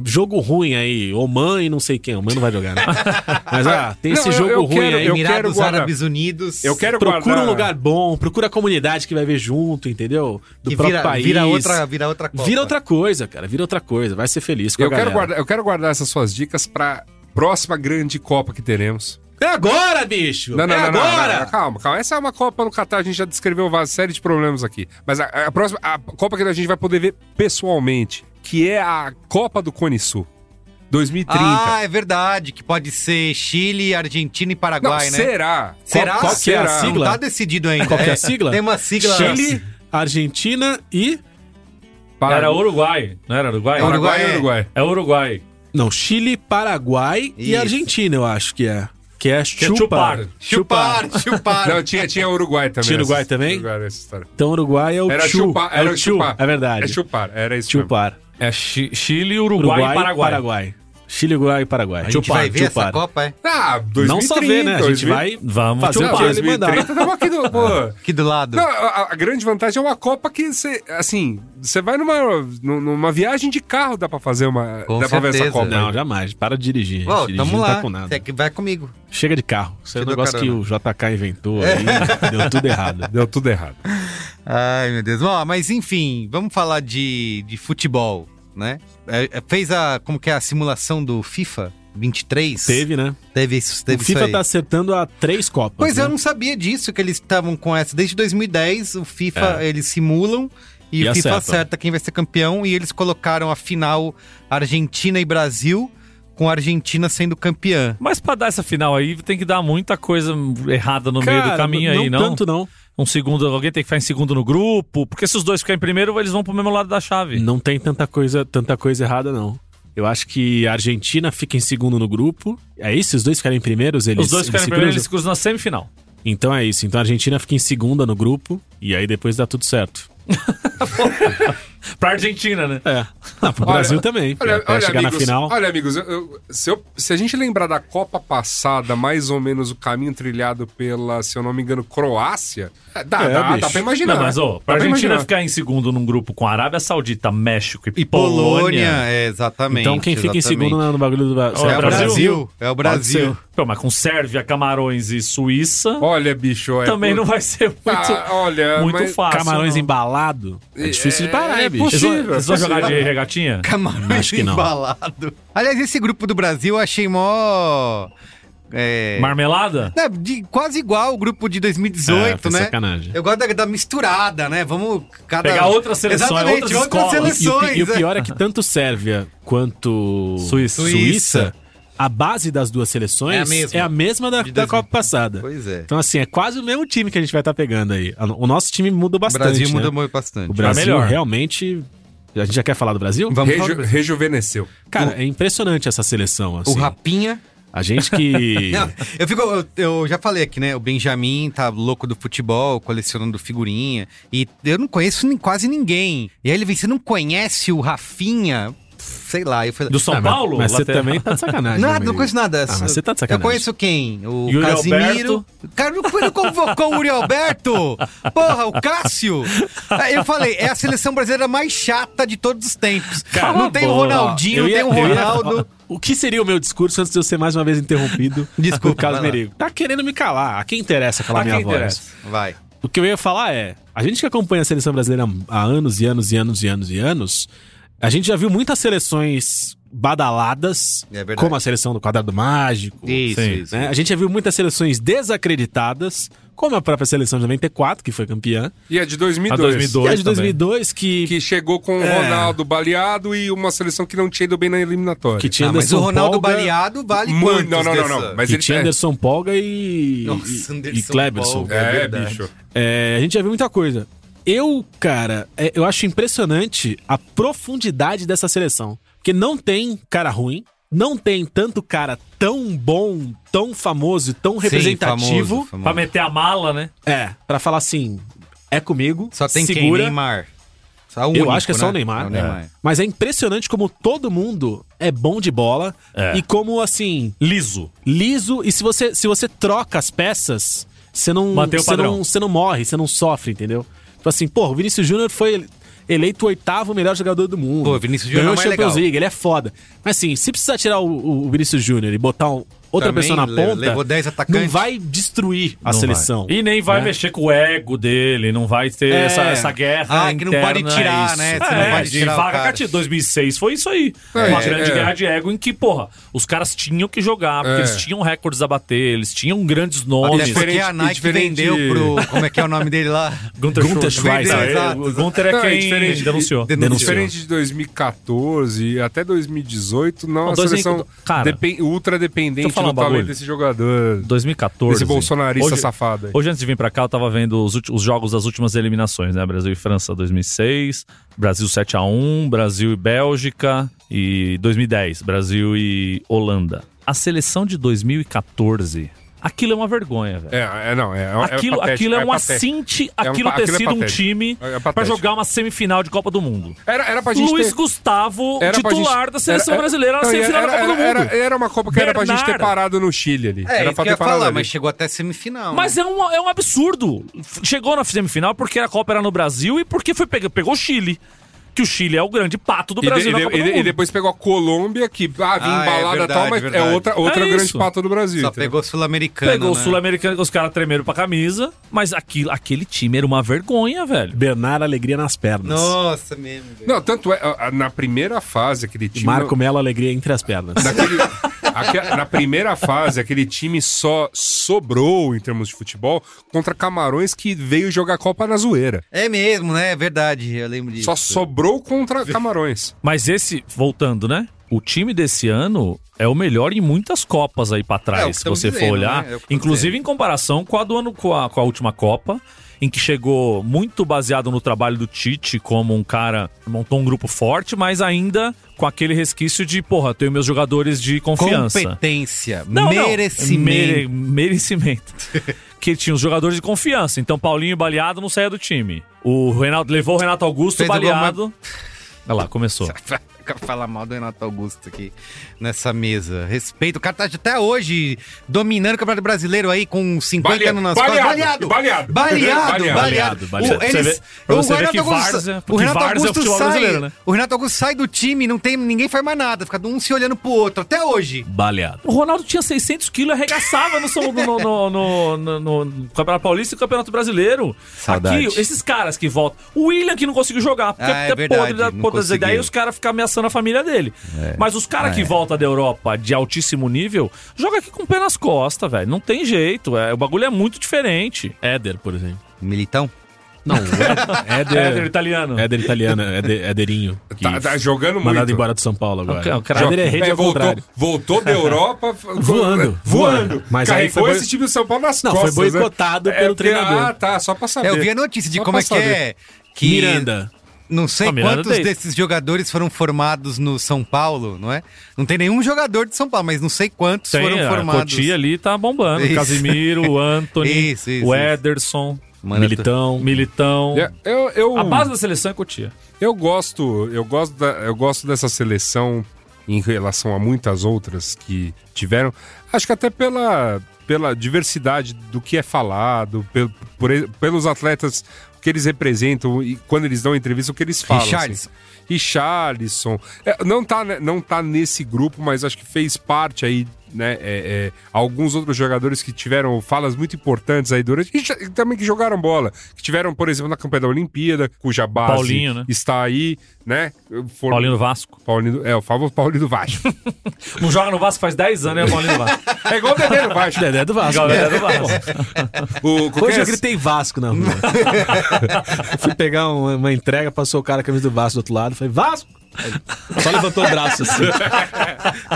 S4: jogo ruim aí. Oman e não sei quem. Oman não vai jogar, né? Mas, ah, tem
S3: Não,
S4: esse
S3: eu-
S4: jogo
S3: eu
S4: ruim
S3: quero-
S4: aí.
S3: eu
S1: Emirados
S3: guardar.
S1: Árabes Unidos.
S3: Eu quero
S4: procura
S3: guardar-
S4: um lugar bom, procura a comunidade que vai ver junto, entendeu? Do
S1: que
S4: próprio
S1: vira,
S4: país.
S1: vira outra, vira outra Copa.
S4: Vira outra coisa, cara. Vira outra coisa. Vai ser feliz com
S3: Eu
S4: a
S3: quero,
S4: galera.
S3: guardar, eu quero guardar essas suas dicas pra próxima grande Copa que teremos.
S4: É agora, bicho!
S3: Não, não,
S4: é
S3: não, não,
S4: agora!
S3: não, não, calma, calma. Essa é uma Copa no Catar, a gente já descreveu uma série de problemas aqui. Mas a, a próxima, a Copa que a gente vai poder ver pessoalmente, que é a Copa do Cone Sul, 2030.
S1: Ah, é verdade. Que pode ser Chile, Argentina e
S3: não,
S1: Paraguai, né?
S3: será?
S1: Será?
S4: qual que é
S3: Será?
S4: a é sigla?
S1: Não tá decidido ainda.
S4: Qual que é a sigla?
S1: Tem uma sigla.
S4: Chile, Argentina e...
S3: Paraguai-
S2: Era Uruguai, não era Uruguai?
S3: Paraguai e
S1: Uruguai é-
S3: Uruguai.
S2: É Uruguai.
S4: Não, Chile, Paraguai e
S1: Isso.
S4: Argentina, eu acho que é. Que é
S2: é chupar.
S4: chupar.
S1: Chupar, chupar.
S3: Não, tinha, tinha Uruguai também.
S4: Tinha Uruguai
S3: nessa-
S4: também?
S3: Uruguai nessa história.
S4: Então Uruguai é o
S3: Era
S4: chu.
S3: chupar,
S4: é
S3: era
S4: o chu,
S3: chupar.
S4: É verdade.
S3: É chupar, era isso. mesmo.
S4: Chupar.
S2: É Chi- Chile, Uruguai, e Paraguai.
S4: Chile, Uruguai e Paraguai.
S1: A gente vai ver essa Copa, é?
S3: Ah, 2030.
S4: Não só ver, né? A gente
S3: 2000
S4: vai
S2: Vamos
S4: fazer
S3: Não,
S4: o
S2: chupar.
S4: que ele mandar.
S3: 2030 tamo aqui no... Pô.
S1: Aqui do lado.
S3: Não, a, a grande vantagem é uma Copa que você, assim, você vai numa, nu- numa viagem de carro, dá pra fazer uma.
S1: Com
S3: dá pra ver essa
S1: certeza.
S3: Copa.
S4: Não, jamais. Para de dirigir. gente.
S1: Ó,
S4: Dirigir
S1: né? tamo
S4: não
S1: lá.
S4: Tá com nada.
S1: Você é que vai comigo.
S4: Chega de carro. Isso é um
S1: Te dou
S4: negócio que
S1: carona.
S4: o JK inventou
S1: É.
S4: aí. deu tudo errado.
S3: Deu tudo errado.
S1: Ai, meu Deus. Bom, mas enfim, vamos falar de, de futebol, né? É, é, fez a, como que é, a simulação do FIFA 23?
S4: Teve, né?
S1: Teve isso,
S4: O
S1: teve isso
S4: FIFA
S1: aí.
S4: tá acertando a três Copas.
S1: Pois é,
S4: né?
S1: eu não sabia disso, que eles estavam com essa. Desde 2010, o FIFA, eles simulam e,
S4: É. E
S1: o FIFA
S4: acertam.
S1: acerta quem vai ser campeão. E eles colocaram a final Argentina e Brasil, com a Argentina sendo campeã.
S2: Mas pra dar essa final aí, tem que dar muita coisa errada no meio do
S4: Cara,
S2: caminho aí, não?
S4: tanto não.
S2: Um segundo, alguém tem que ficar em segundo no grupo, porque se os dois ficarem em primeiro, eles vão pro mesmo lado da chave.
S4: Não tem tanta coisa, tanta coisa errada, não. Eu acho que a Argentina fica em segundo no grupo. É isso? Os dois ficarem primeiros? Eles,
S2: os dois ficarem em
S4: se
S2: primeiro, eles
S4: cruzam?
S2: se cruzam na semifinal.
S4: Então é isso. Então a Argentina fica em segunda no grupo. E aí depois dá tudo certo.
S2: Tá Pra Argentina, né?
S4: É. Ah, pro
S3: Olha,
S4: Brasil também.
S3: Olha,
S4: Pra
S3: olha,
S4: chegar
S3: amigos,
S4: na final.
S3: olha, amigos, eu- eu- se, eu- se a gente lembrar da Copa passada, mais ou menos o caminho trilhado pela, se eu não me engano, Croácia, é, dá,
S4: É,
S3: dá, dá
S4: bicho.
S3: pra imaginar.
S2: Não, mas, ô,
S3: Dá
S2: pra Argentina Tá
S3: imaginar.
S2: ficar em segundo num grupo com Arábia Saudita, México e,
S1: E Polônia, é, exatamente.
S4: então quem fica em
S1: exatamente.
S4: segundo na- no bagulho do Brasil.
S2: Ó,
S1: é o Brasil.
S2: Brasil?
S1: É o
S4: Pode ser.
S1: Brasil.
S2: Pô, mas com Sérvia, Camarões e Suíça,
S3: Olha, bicho, é.
S2: também não vai ser muito,
S3: Ah, olha,
S2: muito
S3: mas-
S2: fácil.
S4: Camarões
S2: não.
S4: embalado. É difícil de parar,
S3: é
S4: hein, bicho.
S2: Vocês vão-
S3: Possível,
S2: Vocês vão
S3: possível.
S2: jogar de regatinha?
S1: Camarões
S4: Acho que não.
S1: embalado. Aliás, esse grupo do Brasil eu achei mó. É,
S2: Marmelada?
S1: né, de- quase igual o grupo de
S4: É,
S1: 2018,
S4: foi
S1: né?
S4: sacanagem.
S1: Eu gosto da, da misturada, né? Vamos cada...
S2: Pegar outras seleções,
S1: Exatamente,
S2: outras escolas.
S4: E o, pi-
S1: seleções.
S4: e o
S1: é.
S4: pior é que tanto Sérvia quanto
S2: Suíça.
S4: Suíça, a base das duas seleções
S1: É a mesma.
S4: mesma da,
S1: De
S4: da
S1: 2000.
S4: Copa passada.
S1: Pois é.
S4: Então, assim, é quase o mesmo time que a gente vai estar pegando aí. A- O nosso time mudou
S1: O
S4: bastante.
S1: Brasil
S4: né?
S1: mudou muito
S4: O
S1: bastante.
S4: Brasil
S2: melhor.
S4: realmente. A gente já quer falar do Brasil?
S1: Vamos falar
S3: Reju-
S1: do Brasil.
S3: rejuvenesceu.
S4: Cara, é impressionante essa seleção. Assim.
S1: O Rapinha.
S4: A gente que.
S1: Não, eu, fico, eu, eu já falei aqui, né? O Benjamin tá louco do futebol, colecionando figurinha. E eu não conheço nem- quase ninguém. E aí ele vem, você não conhece o Rafinha? Sei lá. Eu falei,
S2: Do São
S4: Ah, mas-
S2: Paulo?
S4: Mas, você
S2: lateral?
S4: também tá de sacanagem. né,
S1: Nada,
S4: amigo?
S1: não conheço nada.
S4: Ah, mas você tá de sacanagem.
S1: Eu conheço quem? O
S2: Yuri
S1: Casimiro. O cara não, não convocou o Uri Alberto? Porra, o Cássio? Aí eu falei, é a seleção brasileira mais chata de todos os tempos.
S2: Cara,
S1: não tem o
S2: boa.
S1: Ronaldinho,
S4: Eu ia-
S1: não tem o
S4: eu ia-
S1: Ronaldo.
S4: O que seria o meu discurso antes de eu ser mais uma vez interrompido?
S1: Desculpa,
S4: por Carlos
S1: vai lá.
S4: Merigo. Tá querendo me calar. A quem interessa calar
S3: A
S4: minha
S3: quem
S4: voz?
S3: interessa?
S1: Vai.
S4: O que eu ia falar é: a gente que acompanha a seleção brasileira há anos e anos e anos e anos e anos, a gente já viu muitas seleções badaladas,
S1: É verdade.
S4: como a seleção do Quadrado Mágico.
S1: Isso,
S2: Sim,
S1: isso.
S4: né? A gente já viu muitas seleções desacreditadas, como a própria seleção de 94, que foi campeã,
S3: E a de
S2: A
S3: 2002.
S2: 2002.
S4: e a de
S2: também.
S4: 2002, que, que,
S3: Que chegou com
S2: É.
S3: o Ronaldo baleado e uma seleção que não tinha ido bem na eliminatória.
S4: tinha
S1: Ah, mas
S4: Anderson
S1: o Ronaldo
S4: Polga,
S1: baleado vale
S3: Muito-
S1: quantos
S3: Não, não, não,
S1: dessa?
S3: não. Mas
S4: que
S3: ele
S4: tinha
S3: é,
S4: Anderson Polga e,
S1: Nossa,
S4: e-
S1: Anderson
S4: e Kleberson.
S1: Polga. É
S3: é,
S1: verdade.
S3: bicho.
S4: É, a gente já viu muita coisa. Eu, cara, é, eu acho impressionante a profundidade dessa seleção. Porque não tem cara ruim, não tem tanto cara tão bom, tão famoso, e tão
S1: Sim,
S4: representativo.
S1: famoso, famoso.
S2: Pra meter a mala, né?
S4: É, pra falar assim, é comigo,
S1: Só tem quem?
S4: segura.
S1: Neymar. Só o
S4: Eu
S1: único,
S4: acho que é só
S1: né?
S4: o Neymar.
S1: É o Neymar.
S4: É. Mas é impressionante como todo mundo é bom de bola
S2: É.
S4: e como, assim,
S2: Liso.
S4: liso. E se você, se você troca as peças, você não,
S2: Mantém o
S4: você
S2: padrão.
S4: não, você não morre, você não sofre, entendeu? Tipo assim, pô, o Vinícius Júnior foi ele- eleito o oitavo melhor jogador do mundo.
S1: Pô, o Vinícius Júnior
S4: Ganhou
S1: é
S4: o
S1: mais
S4: Champions
S1: legal.
S4: League, ele é foda. Mas assim, se precisar tirar o, o- o Vinícius Júnior e botar um- outra
S1: Também
S4: pessoa na
S1: le-
S4: ponta,
S1: levou 10 atacantes.
S4: não vai destruir a
S2: Não
S4: seleção.
S2: vai. E nem vai
S4: né?
S2: mexer com o ego dele, não vai ter
S4: É.
S2: essa, essa guerra.
S1: Ah, que não
S2: interna,
S1: pode tirar,
S2: é
S1: né?
S2: isso.
S1: Você
S2: é,
S1: não pode
S2: de
S1: tirar o
S2: vaga
S1: cara.
S2: cativo. 2006 foi isso aí.
S3: É,
S2: Uma grande
S3: é.
S2: guerra de ego em que, porra, os caras tinham que jogar, porque
S3: É.
S2: eles tinham recordes a bater, eles tinham grandes
S1: Até
S2: nomes.
S1: porque a
S3: Diferente-
S1: Nike
S3: diferente-
S1: vendeu pro. Como é que é o nome dele lá?
S2: Gunter,
S4: Gunter
S2: Schroeder.
S4: Schweizer.
S1: Exato.
S2: O Gunter é
S3: Não, é
S2: quem
S3: diferente.
S2: denunciou.
S1: Denunciou.
S3: Denunciou. Diferente de 2014 e até 2018, não,
S2: Não,
S3: a
S2: 2000,
S3: seleção
S2: cara,
S3: depen- ultra
S2: deixa eu
S3: dependente
S2: falar
S3: do
S2: um
S3: talento
S2: bagulho.
S3: desse jogador.
S2: 2014.
S3: Esse bolsonarista
S2: Hoje-
S3: safado aí.
S2: Hoje, antes de vir pra cá, eu tava vendo os, ulti- os jogos das últimas eliminações, né? Brasil e França 2006, Brasil 7x1, Brasil e Bélgica e 2010, Brasil e Holanda. A seleção de 2014, aquilo é uma vergonha, velho.
S3: É, é, não, é, é
S2: Aquilo,
S3: patético,
S2: aquilo é, um
S3: patético.
S2: assinte,
S3: um-
S2: aquilo ter
S3: aquilo é
S2: sido um
S3: patético.
S2: time
S3: É patético.
S2: pra jogar uma semifinal de Copa do Mundo.
S3: Era, era pra gente
S2: Luiz
S3: ter...
S2: Gustavo,
S3: era pra
S2: titular
S3: gente-
S2: da seleção
S3: era-
S2: brasileira na
S3: não, e
S2: semifinal
S3: era,
S2: da Copa do Mundo.
S3: era- era- era uma Copa que era pra gente ter
S2: Bernard.
S3: parado no Chile ali.
S1: É,
S3: era
S1: isso
S3: pra
S1: que eu
S3: ter
S1: ia
S3: parado
S1: falar,
S3: ali.
S1: mas chegou até semifinal.
S2: Mas
S1: né?
S2: é um, é um absurdo. F- Chegou na semifinal porque a Copa era no Brasil e porque foi pega, pegou o Chile. Que o Chile é o grande pato do
S3: E, de-
S2: Brasil
S3: e,
S2: na
S3: de-
S2: Copa
S3: e
S2: do
S3: de- e
S2: Mundo.
S3: depois pegou a Colômbia, que ah, vinha
S1: um Ah, é
S3: embalada e tal,
S1: verdade,
S3: mas
S1: verdade.
S3: é outra, outra
S2: É
S3: grande
S2: isso.
S3: pata do Brasil.
S1: Só
S3: entendeu?
S1: pegou o sul-americano.
S2: Pegou o
S1: né?
S2: Sul-Americano, que os caras tremeram pra camisa. Mas aquilo, aquele time era uma vergonha, velho.
S4: Bernardo, alegria nas pernas.
S1: Nossa, mesmo. velho.
S3: Não, tanto é, a- a- na primeira fase, aquele time.
S4: Marco Melo, alegria entre as pernas.
S3: Naquele- aque- na primeira fase, aquele time só sobrou em termos de futebol contra Camarões que veio jogar Copa na zoeira.
S1: É mesmo, né? É verdade, eu lembro disso.
S3: Só sobrou contra Camarões.
S2: Mas esse, voltando, né? O time desse ano é o melhor em muitas Copas aí
S1: É,
S2: pra
S1: o que
S2: trás, se
S1: tamo
S2: você
S1: dizendo,
S2: for olhar.
S1: né? É o que tamo
S2: Inclusive em comparação com a do ano com a, com a última Copa, em que chegou muito baseado no trabalho do Tite, como um cara montou um grupo forte, mas ainda com aquele resquício de, porra, tenho meus jogadores de confiança.
S1: Competência,
S2: Não, não.
S1: merecimento.
S2: Mere- merecimento. que tinha os jogadores de confiança. Então, Paulinho baleado não saía do time. O Renato levou o Renato Augusto
S1: Fez o gol,
S2: baleado. Olha lá, começou.
S1: Falar mal do Renato Augusto aqui nessa mesa. Respeito. O cara tá até hoje dominando o Campeonato Brasileiro aí com 50
S3: Baleado,
S1: anos nas costas.
S3: baleado,
S1: Baleado!
S3: baleado. Baleado,
S1: Baleado!
S2: baleado, baleado.
S1: O-
S2: Pra você
S1: eles-
S2: ver- pra
S1: o
S2: você ver
S1: Renato
S2: que
S1: Augusto-
S2: várzea-
S1: O
S2: que
S1: Renato
S2: várzea é o
S1: Augusto
S2: futebol
S1: sai.
S2: brasileiro, né?
S1: O Renato Augusto sai do time, não tem, ninguém faz mais nada. Fica um se olhando pro outro, até hoje.
S2: Baleado. O Ronaldo tinha 600 quilos e arregaçava no, São- no, no, no- no- no- no Campeonato Paulista e Campeonato Brasileiro.
S1: Saudade.
S2: Aqui, esses caras que voltam. O William que não conseguiu jogar, porque
S1: Ah, é
S2: até
S1: verdade,
S2: podre da
S1: não
S2: podre das
S1: conseguiu. É. Ah,
S2: ideias, os caras ficam ameaçando a família dele. Mas os caras que voltam da Europa de altíssimo nível, joga aqui com o pé nas costas, velho. Não tem jeito. É, o bagulho é muito diferente.
S4: Éder, por exemplo.
S1: Militão?
S4: Não, é- Éder,
S2: Éder
S4: Éder,
S2: italiano.
S4: italiano, é Éder, Éderinho. que
S3: Tá- tá jogando
S4: mandado
S3: muito. Tá,
S4: embora do São Paulo agora.
S2: O cara-
S4: Éder é rede ao
S3: voltou,
S4: contrário.
S3: voltou da Europa vo-
S4: Voando,
S3: voando.
S4: voando. Mas aí
S3: Carregou
S4: foi boi-
S3: esse time do São Paulo nas
S4: Não, foi
S3: costas. né?
S4: boicotado pelo
S3: porque-
S4: treinador.
S3: Ah, tá, só pra saber.
S1: É, eu vi a notícia de
S3: Só
S1: como
S3: pra
S1: é que é. Que
S4: Miranda.
S1: Não sei
S2: Ah, Miranda
S1: quantos
S2: deita.
S1: desses jogadores foram formados no São Paulo, não é? Não tem nenhum jogador de São Paulo, mas não sei quantos
S2: Tem,
S1: foram
S2: a
S1: formados.
S2: Cotia ali tá bombando.
S1: Isso.
S2: Casimiro, o Anthony,
S1: Isso, isso,
S2: o
S1: isso.
S2: Ederson,
S1: Mano, eu tô-
S4: Militão.
S2: Militão.
S3: É, Eu, eu,
S2: A base da seleção é Cotia.
S3: Eu gosto, eu gosto, da- eu gosto dessa seleção em relação a muitas outras que tiveram. Acho que até pela, pela diversidade do que é falado, pel- por e- pelos atletas o que eles representam e quando eles dão entrevista o que eles falam.
S1: Richarlison.
S3: assim. Richarlison. É, não tá, né, não tá nesse grupo, mas acho que fez parte aí, né? é, é, alguns outros jogadores que tiveram falas muito importantes aí durante. E, já- e também que jogaram bola. Que tiveram, por exemplo, na campanha da Olimpíada, cuja base
S2: Paulinho, né?
S3: está aí, né? For...
S2: Paulinho do Vasco.
S3: Paulinho- É, o famoso Paulinho do Vasco.
S2: Não joga no Vasco faz 10 anos, é o Paulinho do Vasco.
S3: É igual o Dedé do Vasco.
S4: Dedé é do Vasco.
S2: Galera do Vasco.
S3: O, qual que
S4: Hoje
S3: é
S4: eu
S3: esse?
S4: gritei Vasco na rua. Fui pegar uma, uma entrega, passou o cara com a camisa do Vasco do outro lado, falei, Vasco! Aí Só levantou o braço assim.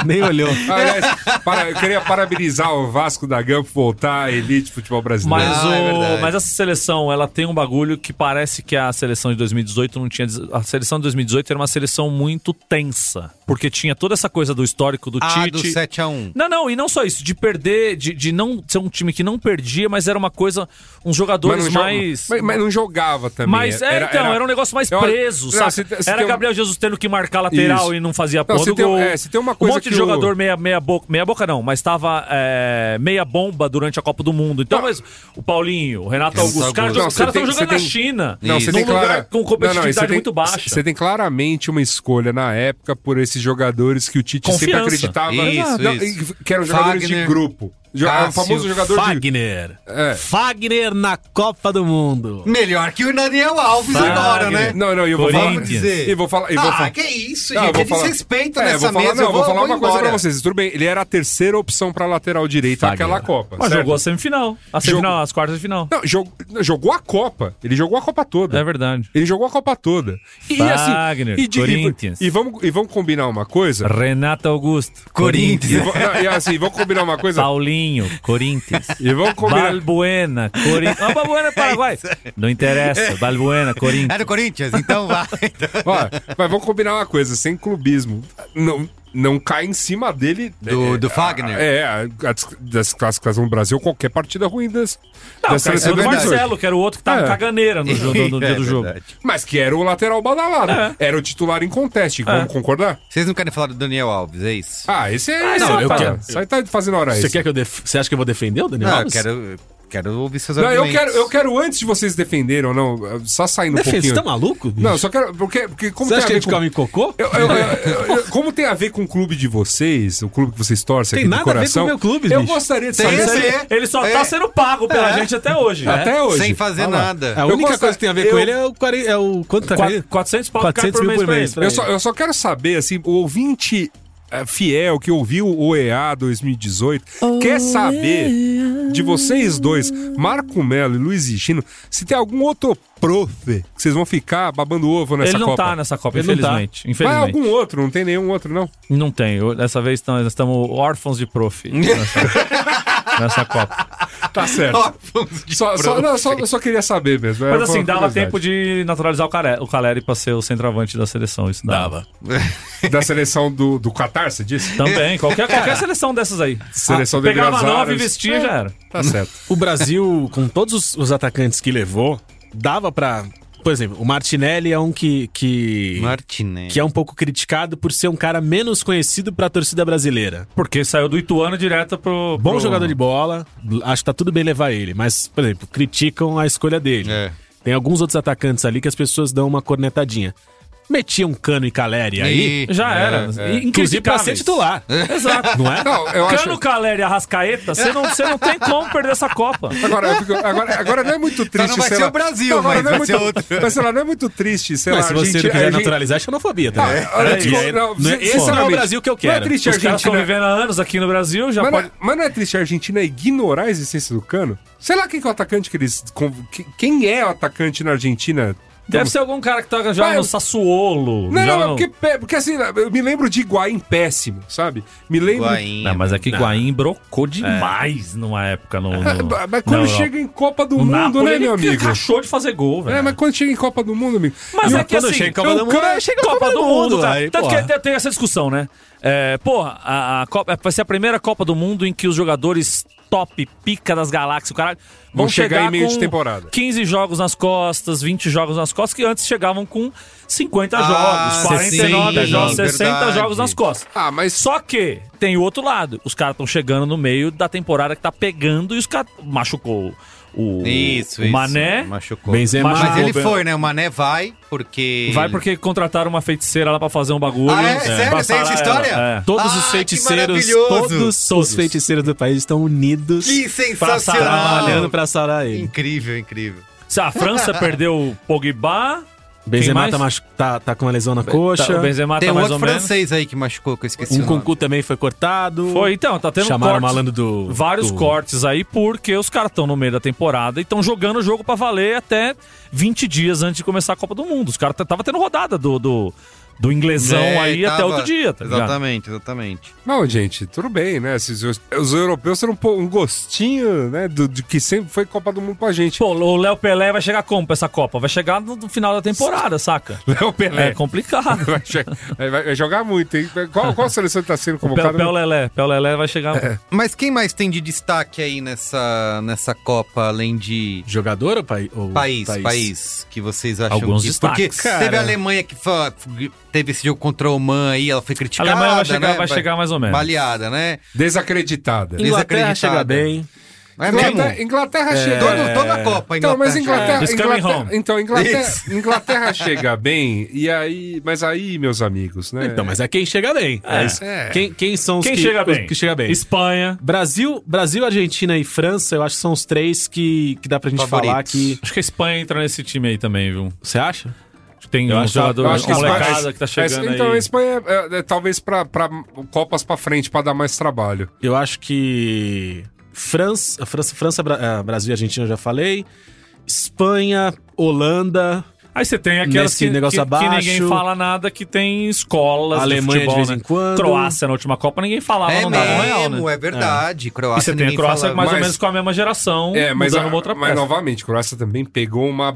S4: Nem olhou.
S3: Ah, aliás, para- eu queria parabenizar o Vasco da Gama por voltar à elite futebol brasileiro.
S2: Mas,
S1: Não, é
S2: o-
S1: verdade.
S2: mas essa seleção, ela tem um bagulho que parece que a seleção de 2018 não tinha. A seleção de 2018 era uma seleção muito tensa. Porque tinha toda essa coisa do histórico do
S1: Ah,
S2: Tite.
S1: do 7x1.
S2: Não, não, e não só isso, de perder, de, de não ser um time que não perdia, mas era uma coisa, uns jogadores
S3: não joga-
S2: mais.
S3: mas, mas não jogava também.
S2: Mas é, então, era, um negócio mais
S3: Eu-
S2: preso,
S3: Não,
S2: sabe?
S3: se tem- se
S2: era
S3: tem um-
S2: Gabriel Jesus tendo que marcar lateral
S3: Isso.
S2: e não fazia
S3: Não,
S2: porra
S3: se
S2: do
S3: tem-
S2: gol.
S3: é, se tem uma coisa
S2: um monte
S3: que
S2: de
S3: o-
S2: jogador meia, meia boca, meia boca não, mas tava é, meia bomba durante a Copa do Mundo. Então,
S3: Não.
S2: mas o Paulinho, o Renato
S1: Renato
S2: Augusto, os caras
S1: Augusto.
S2: os
S3: você
S2: caras
S3: tem-
S2: estão
S3: você
S2: jogando na
S3: tem-
S2: China.
S3: Não, você
S1: Isso.
S3: tem
S2: Num lugar
S3: clara-
S2: com competitividade
S3: Não, não, você tem-
S2: muito baixa.
S3: Você tem claramente uma escolha na época por esses jogadores que o Tite sempre
S2: Confiança.
S3: acreditava.
S1: Isso, isso.
S3: e Que eram jogadores de
S1: Fagner,
S3: grupo. Jo- é o
S1: Cássio,
S3: famoso jogador de.
S4: Fagner.
S3: É.
S4: Fagner na Copa do Mundo.
S1: Melhor que o Daniel Alves
S2: Fagner.
S1: agora, né?
S3: Não, não, e eu vou falar.
S1: Corinthians.
S3: E vou falar. E vou
S1: ah,
S3: falar.
S1: que isso,
S3: Não, eu
S1: gente.
S3: vou
S1: É
S3: falar-
S1: desrespeito
S3: É, eu
S1: nessa
S3: vou falar,
S1: mesa.
S3: não, eu vou falar uma coisa
S1: embora.
S3: pra vocês. Tudo bem, ele era a terceira opção pra lateral direita
S4: Fagner.
S3: naquela Copa.
S2: Mas
S3: certo?
S2: jogou a semifinal. A semifinal, as quartas de final.
S3: Não, jog- não, jogou a Copa. Ele jogou a Copa toda.
S2: É verdade.
S3: Ele jogou a Copa toda. E assim,
S2: Fagner, Corinthians.
S3: E, vamos, e vamos combinar uma coisa.
S2: Renato Augusto.
S3: E,
S1: Corinthians.
S3: vo- não, e assim, vamos combinar uma coisa.
S2: Paulinho, Corinthians.
S3: E vamos combinar.
S2: Balbuena, Corinthians. Ah, Balbuena é Paraguai. Não interessa. Balbuena,
S1: É
S2: Corinthians.
S1: do Corinthians? Então vai.
S3: Ó, mas vamos combinar uma coisa, sem clubismo. Não, não cai em cima dele.
S1: Do- do
S3: é,
S1: Fagner?
S3: É, a, a des- desclassificação do Brasil, qualquer partida ruim das,
S2: Não,
S3: das
S2: o cara em cima do
S1: é verdade.
S2: Marcelo, que era o outro que tava
S3: É.
S2: caganeira no, jo- no- no
S1: É
S2: dia do jogo.
S3: Mas que era o lateral badalado.
S4: É.
S3: Era o titular em conteste, vamos concordar?
S1: Vocês não querem falar do Daniel Alves, é isso?
S3: Ah, esse é. esse
S4: não,
S3: é
S4: eu
S3: parada.
S4: quero-
S3: Isso Ah, aí tá fazendo hora
S4: Você,
S3: extra.
S4: quer que eu def... Você acha que eu vou defender o Daniel
S1: Não, eu
S4: Alves?
S1: quero, eu quero ouvir seus
S3: Não, eu
S1: argumentos.
S3: quero, eu quero antes de vocês defenderem ou não, só saindo um
S4: Defesa,
S3: pouquinho.
S4: você tá maluco? bicho?
S3: Não, eu só quero. Porque, porque como
S4: Você acha
S3: tem
S4: que a
S3: a ver
S4: gente
S3: com...
S4: come cocô?
S3: Eu- eu- eu- eu- eu- como tem a ver com o clube de vocês, o clube que vocês torcem
S4: Tem
S3: aqui do
S4: nada a ver com o
S3: coração,
S4: meu clube,
S3: eu
S4: bicho.
S3: gostaria de
S1: Tem
S3: saber
S1: esse
S3: se-
S1: aí.
S2: Ele só
S1: É.
S2: tá sendo pago pela gente até hoje. né?
S3: até hoje.
S1: Sem fazer
S3: Olha lá.
S1: nada.
S4: A
S3: Eu
S4: única
S3: gosto-
S4: coisa que tem a ver com
S3: eu-
S4: ele é o... 40 é o... Quanto tá
S2: Qua-
S4: caindo?
S2: 400 pau 400
S4: 400 mil por mês.
S3: Eu só, eu só quero saber, assim, o ouvinte eh, fiel que ouviu o EA 2018 quer saber de vocês dois, Marco Melo e Luiz Gino, se tem algum outro profe que vocês vão ficar babando ovo nessa
S2: Ele não
S3: Copa.
S2: tá nessa Copa,
S4: Ele não tá.
S2: infelizmente.
S3: Mas
S2: infelizmente.
S3: algum outro, não tem nenhum outro, não.
S2: Não tem. Eu- Dessa vez tam- nós estamos órfãos de prof. Nessa, nessa Copa.
S3: Tá certo.
S1: Ó, vamos de
S3: só, só,
S1: prof.
S3: não, só, só queria saber mesmo. é
S2: Mas assim, dava tempo de naturalizar o Caleri, o Caleri pra ser o centroavante da seleção. Isso dava.
S3: Da seleção do, do Qatar, você disse?
S2: Também, qualquer, qualquer seleção dessas aí. Ah,
S3: Seleção de
S2: Pegava
S3: Grazaras.
S2: nove, vestia e já era.
S3: Tá certo.
S4: O Brasil, com todos os, os atacantes que levou, dava pra... Por exemplo, o Martinelli é um que... que...
S1: Martinelli.
S4: Que é um pouco criticado por ser um cara menos conhecido pra torcida brasileira.
S2: Porque saiu do Ituano direto pro.
S4: Bom
S2: pro-
S4: jogador de bola, acho que tá tudo bem levar ele, mas, por exemplo, criticam a escolha dele.
S1: É.
S4: Tem alguns outros atacantes ali que as pessoas dão uma cornetadinha. Metia um cano e Caleri aí,
S1: E-
S2: Já era.
S1: É, é.
S4: inclusive pra ser titular.
S2: Exato.
S4: Não é?
S3: Não, eu acho...
S2: Cano, Caleri e Arrascaeta, você não, você não tem como perder essa Copa.
S3: Agora, eu fico- agora, agora não é muito triste,
S1: Então não vai
S3: sei
S1: ser
S3: lá-
S1: o Brasil,
S3: agora
S1: mas
S3: não é
S1: vai
S3: muito-
S1: ser outro.
S3: Mas sei lá, não é muito triste, sei
S4: Mas
S3: lá,
S4: se você
S3: a gente-
S4: não quiser
S3: a gente-
S4: naturalizar, acho xenofobia também.
S3: olha,
S4: E
S3: desculpa,
S4: aí,
S3: não,
S4: não é-
S3: se-
S4: esse não é o
S3: sinceramente,
S4: Brasil que eu
S3: Não é
S4: quero.
S3: triste a
S2: Os caras estão
S3: Argentina...
S2: vivendo há anos aqui no Brasil, já
S3: Mas não,
S2: pode.
S3: é, mas não é triste a Argentina ignorar a existência do Cano? Sei lá quem que é o atacante que eles... com- que- Quem é o atacante na Argentina?
S2: Deve ser algum cara que tá já
S3: Vai,
S2: no Sassuolo.
S3: Então, Não,
S2: já
S3: não,
S2: no-
S3: porque, pe- porque assim, eu me lembro de Higuaín péssimo, sabe? Me lembro...
S1: Higuaín.
S2: Não, mas é que Guaim brocou demais numa época no.
S3: Ah,
S2: no-
S3: É. Mas
S2: na
S3: quando
S2: Europa.
S3: chega em Copa do
S2: No
S3: Mundo,
S2: Napoli, é
S3: né,
S2: ele
S3: meu amigo?
S2: achou de fazer gol, velho.
S3: É, mas quando chega em Copa do Mundo, amigo...
S2: né? Mas
S3: E
S2: é
S3: o-
S2: que
S4: quando
S2: assim,
S4: chega em Copa do
S2: o
S4: Mundo,
S3: é
S2: cara-
S4: chega a
S2: Copa do Mundo, cara.
S4: aí,
S2: Tanto
S4: porra.
S2: que tem- tem essa discussão, né? É, porra, a, a Copa, é, vai ser a primeira Copa do Mundo em que os jogadores top, pica das galáxias, o caralho, vão,
S3: Vão chegar
S2: chegar,
S3: em meio
S2: com
S3: de temporada.
S2: 15 jogos nas costas, 20 jogos nas costas, que antes chegavam com 50
S1: Ah,
S2: jogos, 49
S1: 60
S2: jogos, 60
S1: verdade.
S2: jogos nas costas.
S3: Ah, mas...
S2: Só que tem o outro lado. Os caras estão chegando no meio da temporada que tá pegando e os caras machucou o,
S1: Isso,
S2: o
S1: isso.
S2: Mané.
S1: Machucou.
S4: Benzema-
S1: Mas ele
S2: Machucou.
S1: foi, né? O Mané vai, porque...
S2: Vai porque contrataram uma feiticeira lá pra fazer um bagulho.
S1: Ah, é? Sério? Tem essa
S2: Passaram
S1: história?
S2: ela, é.
S4: Todos
S1: Ah,
S4: os
S1: que
S4: feiticeiros,
S1: maravilhoso.
S4: todos, os feiticeiros do país estão unidos
S1: Que
S4: trabalhando
S1: sensacional!
S4: pra sarar ele.
S1: Incrível, incrível.
S2: Se a França perdeu o Pogba,
S4: Benzema
S2: mais?
S4: tá, machu- tá, tá com uma lesão na coxa.
S2: tá, o Benzema
S1: Tem
S2: tá
S1: um
S2: mais
S1: outro
S2: ou menos.
S1: francês aí que machucou, que eu esqueci
S4: Um
S1: o nome.
S4: Kunku também foi cortado.
S2: Foi, então, tá tendo
S4: Chamaram
S2: cortes,
S4: o malandro do-
S2: vários
S4: do-
S2: cortes aí, porque os caras estão no meio da temporada e estão jogando o jogo pra valer até 20 dias antes de começar a Copa do Mundo. Os caras t- tava tendo rodada do, do, do inglesão
S1: É,
S2: aí
S1: e
S2: até
S1: tava-
S2: outro dia, tá ligado?
S1: Exatamente, exatamente.
S3: Não, gente, tudo bem, né? Esses- Os, os europeus foram um, po- um gostinho, né? Do, de que sempre foi Copa do Mundo pra gente.
S2: Pô, o Léo Pelé vai chegar como pra essa Copa? Vai chegar no no final da temporada, saca?
S3: Léo
S2: É
S3: Pelé.
S2: complicado.
S3: Vai, che- vai- vai jogar muito, hein? Qual, qual seleção que tá sendo
S2: Pel,
S3: convocada?
S2: Pel Lelé. Pel Lelé vai chegar.
S1: Mas quem mais tem de destaque aí nessa, nessa Copa, além de
S4: Jogador ou, pai, ou
S1: país, país, que vocês acham
S2: Alguns
S1: que...
S2: destaques.
S1: Porque
S4: Cara.
S1: teve a Alemanha que fa- teve esse jogo contra o Oman aí, ela foi
S2: A
S1: criticada,
S2: Alemanha vai chegar,
S1: né?
S2: vai chegar mais ou menos.
S1: Baleada, né?
S3: Desacreditada.
S1: Ingl-
S4: Inglaterra
S1: Desacreditada.
S4: chega bem.
S1: É mesmo?
S3: Inglaterra, Inglaterra chega.
S1: Todo- toda a Copa,
S3: É. Então, mas Inglaterra,
S2: It's coming
S3: Inglaterra-
S2: home.
S3: então Inglaterra,
S1: Isso.
S3: Inglaterra chega bem e aí, mas aí, meus amigos, né?
S4: Então, mas é quem chega bem. É isso.
S3: É.
S4: Quem, quem são os
S2: Quem
S4: que,
S2: chega
S4: os
S2: bem?
S4: que chega bem?
S2: Espanha.
S4: Brasil, Brasil, Argentina e França, eu acho que são os três que, que dá pra gente
S1: Favoritos.
S4: falar que.
S2: Acho que a Espanha entra nesse time aí também, viu?
S4: Você acha?
S2: Acho que Tem
S4: Eu
S2: um
S4: acho-
S2: jogador,
S4: eu
S2: uma
S4: acho que a Espanha-
S2: molecada que tá chegando
S3: Mas, Então, a
S2: aí.
S3: Espanha é, é, é, talvez pra, pra Copas pra frente, pra dar mais trabalho.
S4: Eu acho que. França, França, França Bra- ah, Brasil e Argentina eu já falei. Espanha, Holanda.
S2: Aí você tem aquelas
S4: Nesse
S2: que,
S4: negócio
S2: que- que
S4: abaixo.
S2: ninguém fala nada, que tem escolas
S4: Alemanha
S2: de futebol,
S4: de vez em
S2: né?
S4: quando.
S2: Croácia na última Copa, ninguém falava,
S1: é
S2: não dava um real,
S1: mesmo,
S2: né?
S1: é verdade.
S2: E
S1: Croácia
S2: você tem a
S1: ninguém
S2: Croácia
S1: fala-
S2: mais ou
S3: mas-
S2: menos com a mesma geração,
S3: É, mas,
S2: Hum, mudando
S3: a-
S2: uma outra
S3: mas
S2: peça.
S3: novamente, Croácia também pegou uma,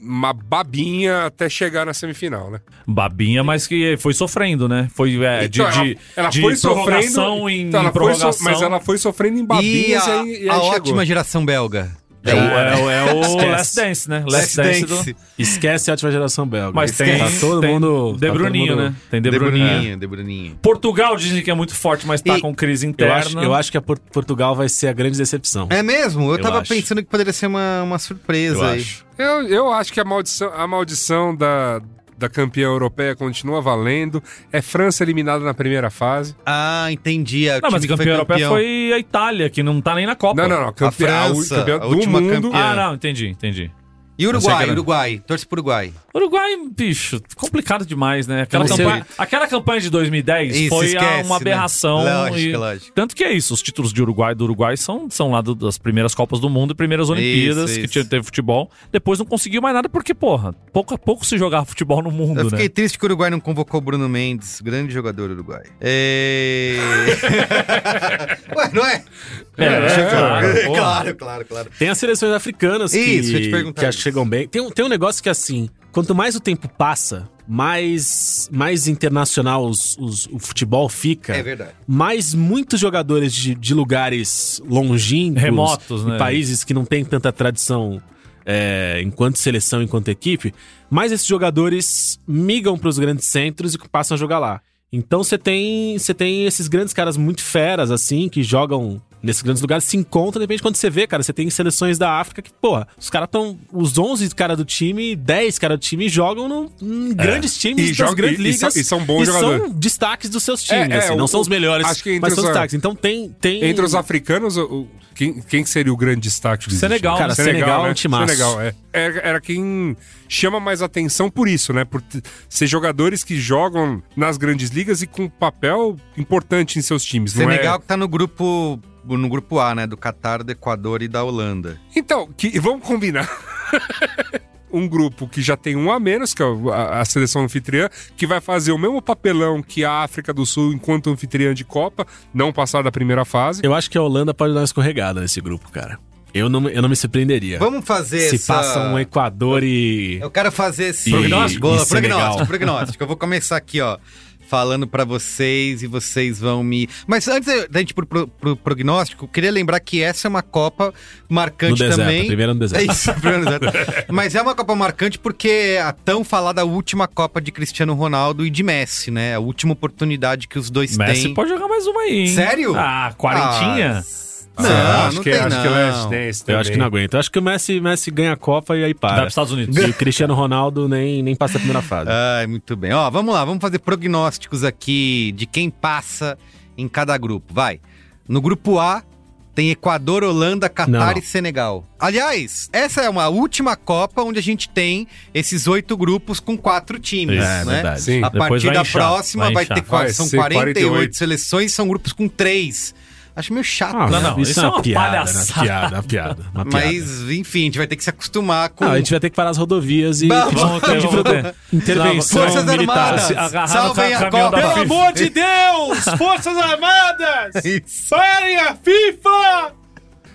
S3: uma babinha até chegar na semifinal, né?
S2: Babinha, mas que foi sofrendo, né? Foi é, de,
S3: Então,
S2: de, de prorrogação em
S3: então ela foi so-
S2: prorrogação.
S3: mas ela foi sofrendo em
S1: E
S3: babinhas e,
S1: a,
S3: aí, e aí
S1: a
S3: chegou.
S1: ótima geração belga.
S2: É o, é o, é o
S4: Esquece.
S2: Last Dance, né? Last, Dance, do-
S4: Esquece a última geração belga.
S2: Mas tem,
S4: Tá todo
S2: tem
S4: mundo.
S2: De
S4: tá todo
S2: Bruninho,
S4: mundo-
S2: né? Tem De,
S1: De
S2: Bruninho.
S1: Bruninho, De Bruninho.
S2: Portugal dizem que é muito forte, mas tá
S1: E-
S2: com crise
S4: Eu
S2: interna.
S4: acho, eu acho que a Por- Portugal vai ser a grande decepção.
S1: É mesmo? Eu,
S4: Eu
S1: tava
S4: acho.
S1: pensando que poderia ser uma, uma surpresa
S4: eu
S1: aí.
S4: acho.
S3: Eu, eu acho que a maldição, a maldição da, da campeã europeia continua valendo. É França eliminada na primeira fase.
S1: Ah, entendi. A
S2: Não, mas a campeã europeia foi a Itália, que não tá nem na Copa.
S3: Não, não, não.
S1: A França,
S3: campeã
S1: a
S3: do
S1: última
S3: mundo.
S1: campeã.
S2: Ah, não, entendi, entendi.
S1: E
S2: Não sei
S1: Uruguai,
S2: que era.
S1: Uruguai. Torce pro Uruguai.
S2: Uruguai, bicho, complicado demais, né? Aquela,
S4: Não sei.
S2: campanha, aquela campanha de 2010
S1: Isso,
S2: foi a-
S1: esquece,
S2: uma aberração.
S1: né? Lógico,
S2: e-
S1: lógico.
S2: Tanto que é isso, os títulos de Uruguai do Uruguai são, são lá do- das primeiras Copas do Mundo e primeiras Olimpíadas
S1: Isso,
S2: que
S1: isso.
S2: tinha- teve futebol. Depois não conseguiu mais nada porque, porra, pouco a pouco se jogava futebol no mundo,
S1: Eu fiquei
S2: né?
S1: triste que o Uruguai não convocou o Bruno Mendes, grande jogador uruguai. É... Ué, não é?
S2: É, claro, porra.
S1: claro, claro, claro. É
S4: Tem as seleções africanas
S1: Isso, eu ia te
S4: que,
S1: perguntar
S4: que
S1: isso.
S4: chegam bem. Tem, um- tem um negócio que é assim, quanto mais o tempo passa, mais, mais internacional os- os- o futebol fica.
S1: É verdade.
S4: Mas muitos jogadores de, de lugares longínquos,
S2: Remotos, né?
S4: e países que não têm tanta tradição é, enquanto seleção, enquanto equipe, mas esses jogadores migam para os grandes centros e passam a jogar lá. Então você tem, você tem esses grandes caras muito feras, assim, que jogam nesses grandes lugares, se encontram, depende de quando você vê, cara. Você tem seleções da África que, porra, os caras estão. Os 11 caras do time, 10 caras do time jogam no- em grandes times
S3: É. E
S4: das
S3: jogam-
S4: grandes
S3: e- e são-
S4: ligas.
S3: e são bons jogadores.
S4: São destaques dos seus times,
S3: É, é,
S4: assim,
S3: o-
S4: não são os melhores,
S3: acho que entre
S4: mas são
S3: os-
S4: destaques. Então tem. tem...
S3: Entre os africanos, o- o- quem, quem seria o grande destaque? desse
S2: Senegal,
S3: time?
S4: Cara, Senegal é um timaço.
S3: né? Senegal, é. Era, era quem chama mais atenção por isso, né? Por t- ser jogadores que jogam nas grandes ligas e com papel importante em seus times. não é-
S1: Senegal que tá no grupo, no grupo A, né? Do Catar, do Equador e da Holanda.
S3: Então, que, vamos combinar. um grupo que já tem um a menos, que é o- a, a seleção anfitriã, que vai fazer o mesmo papelão que a África do Sul enquanto anfitriã de Copa, não passar da primeira fase.
S4: Eu acho que a Holanda pode dar uma escorregada nesse grupo, cara. Eu não, eu não me
S2: É.
S4: surpreenderia.
S1: Vamos fazer
S4: Se
S1: essa... É
S4: passa um Equador e.
S1: Eu quero fazer esse...
S4: Prognóstico?
S1: Boa,
S4: E
S1: prognóstico,
S4: Senegal.
S1: prognóstico. Eu vou começar aqui, ó. Falando pra vocês e vocês vão me... Mas antes da gente ir pro, pro, pro prognóstico, eu queria lembrar que essa é uma Copa
S4: No
S1: marcante
S4: deserto,
S1: também.
S4: primeiro no
S1: É
S4: deserto.
S1: isso, primeiro no deserto. Mas é uma Copa marcante porque é a tão falada última Copa de Cristiano Ronaldo e de Messi, né? A última oportunidade que os dois
S2: Messi
S1: têm.
S2: pode jogar mais uma aí, hein?
S1: Sério?
S2: Ah, quarentinha?
S1: Ah, não, não tem
S3: acho que
S1: não.
S3: é Last Dance
S4: Eu acho que
S3: também.
S4: não aguento. Eu acho que o Messi, Messi ganha a Copa e aí
S2: Vai
S4: para.
S2: pros Estados Unidos.
S4: E o Cristiano Ronaldo nem, nem passa a primeira fase.
S1: Ai, muito bem. Ó, vamos lá, vamos fazer prognósticos aqui de quem passa em cada grupo. Vai. No grupo A tem Equador, Holanda,
S4: Não,
S1: Catar
S4: não.
S1: e Senegal. Aliás, essa é uma última Copa onde a gente tem esses oito grupos com quatro times,
S2: Isso,
S1: né?
S4: é verdade.
S3: Sim.
S1: A
S2: Depois
S1: partir
S2: vai
S1: da
S2: inchar,
S1: próxima
S2: vai
S1: vai,
S2: inchar.
S1: ter qua-
S3: Vai
S1: são
S3: ser
S1: 48,
S3: 48
S1: seleções, são grupos com três. Acho meio chato. né?
S4: Ah,
S2: Não, não, isso é uma palhaçada.
S4: piada, uma piada, uma piada.
S1: Mas, enfim, a gente vai ter que se acostumar com.
S4: Não, a gente vai ter que parar as rodovias e
S1: Vamos,
S4: vão ter
S2: vamos,
S4: de-
S2: vamos.
S4: intervenção
S1: Forças
S4: militar.
S1: Armadas,
S2: Se agarrar no
S1: salvem a
S2: caminhão
S1: Copa.
S2: da
S1: Pelo
S2: FIFA.
S1: amor
S4: de Deus! Forças Armadas!
S1: Isso.
S4: Parem a FIFA!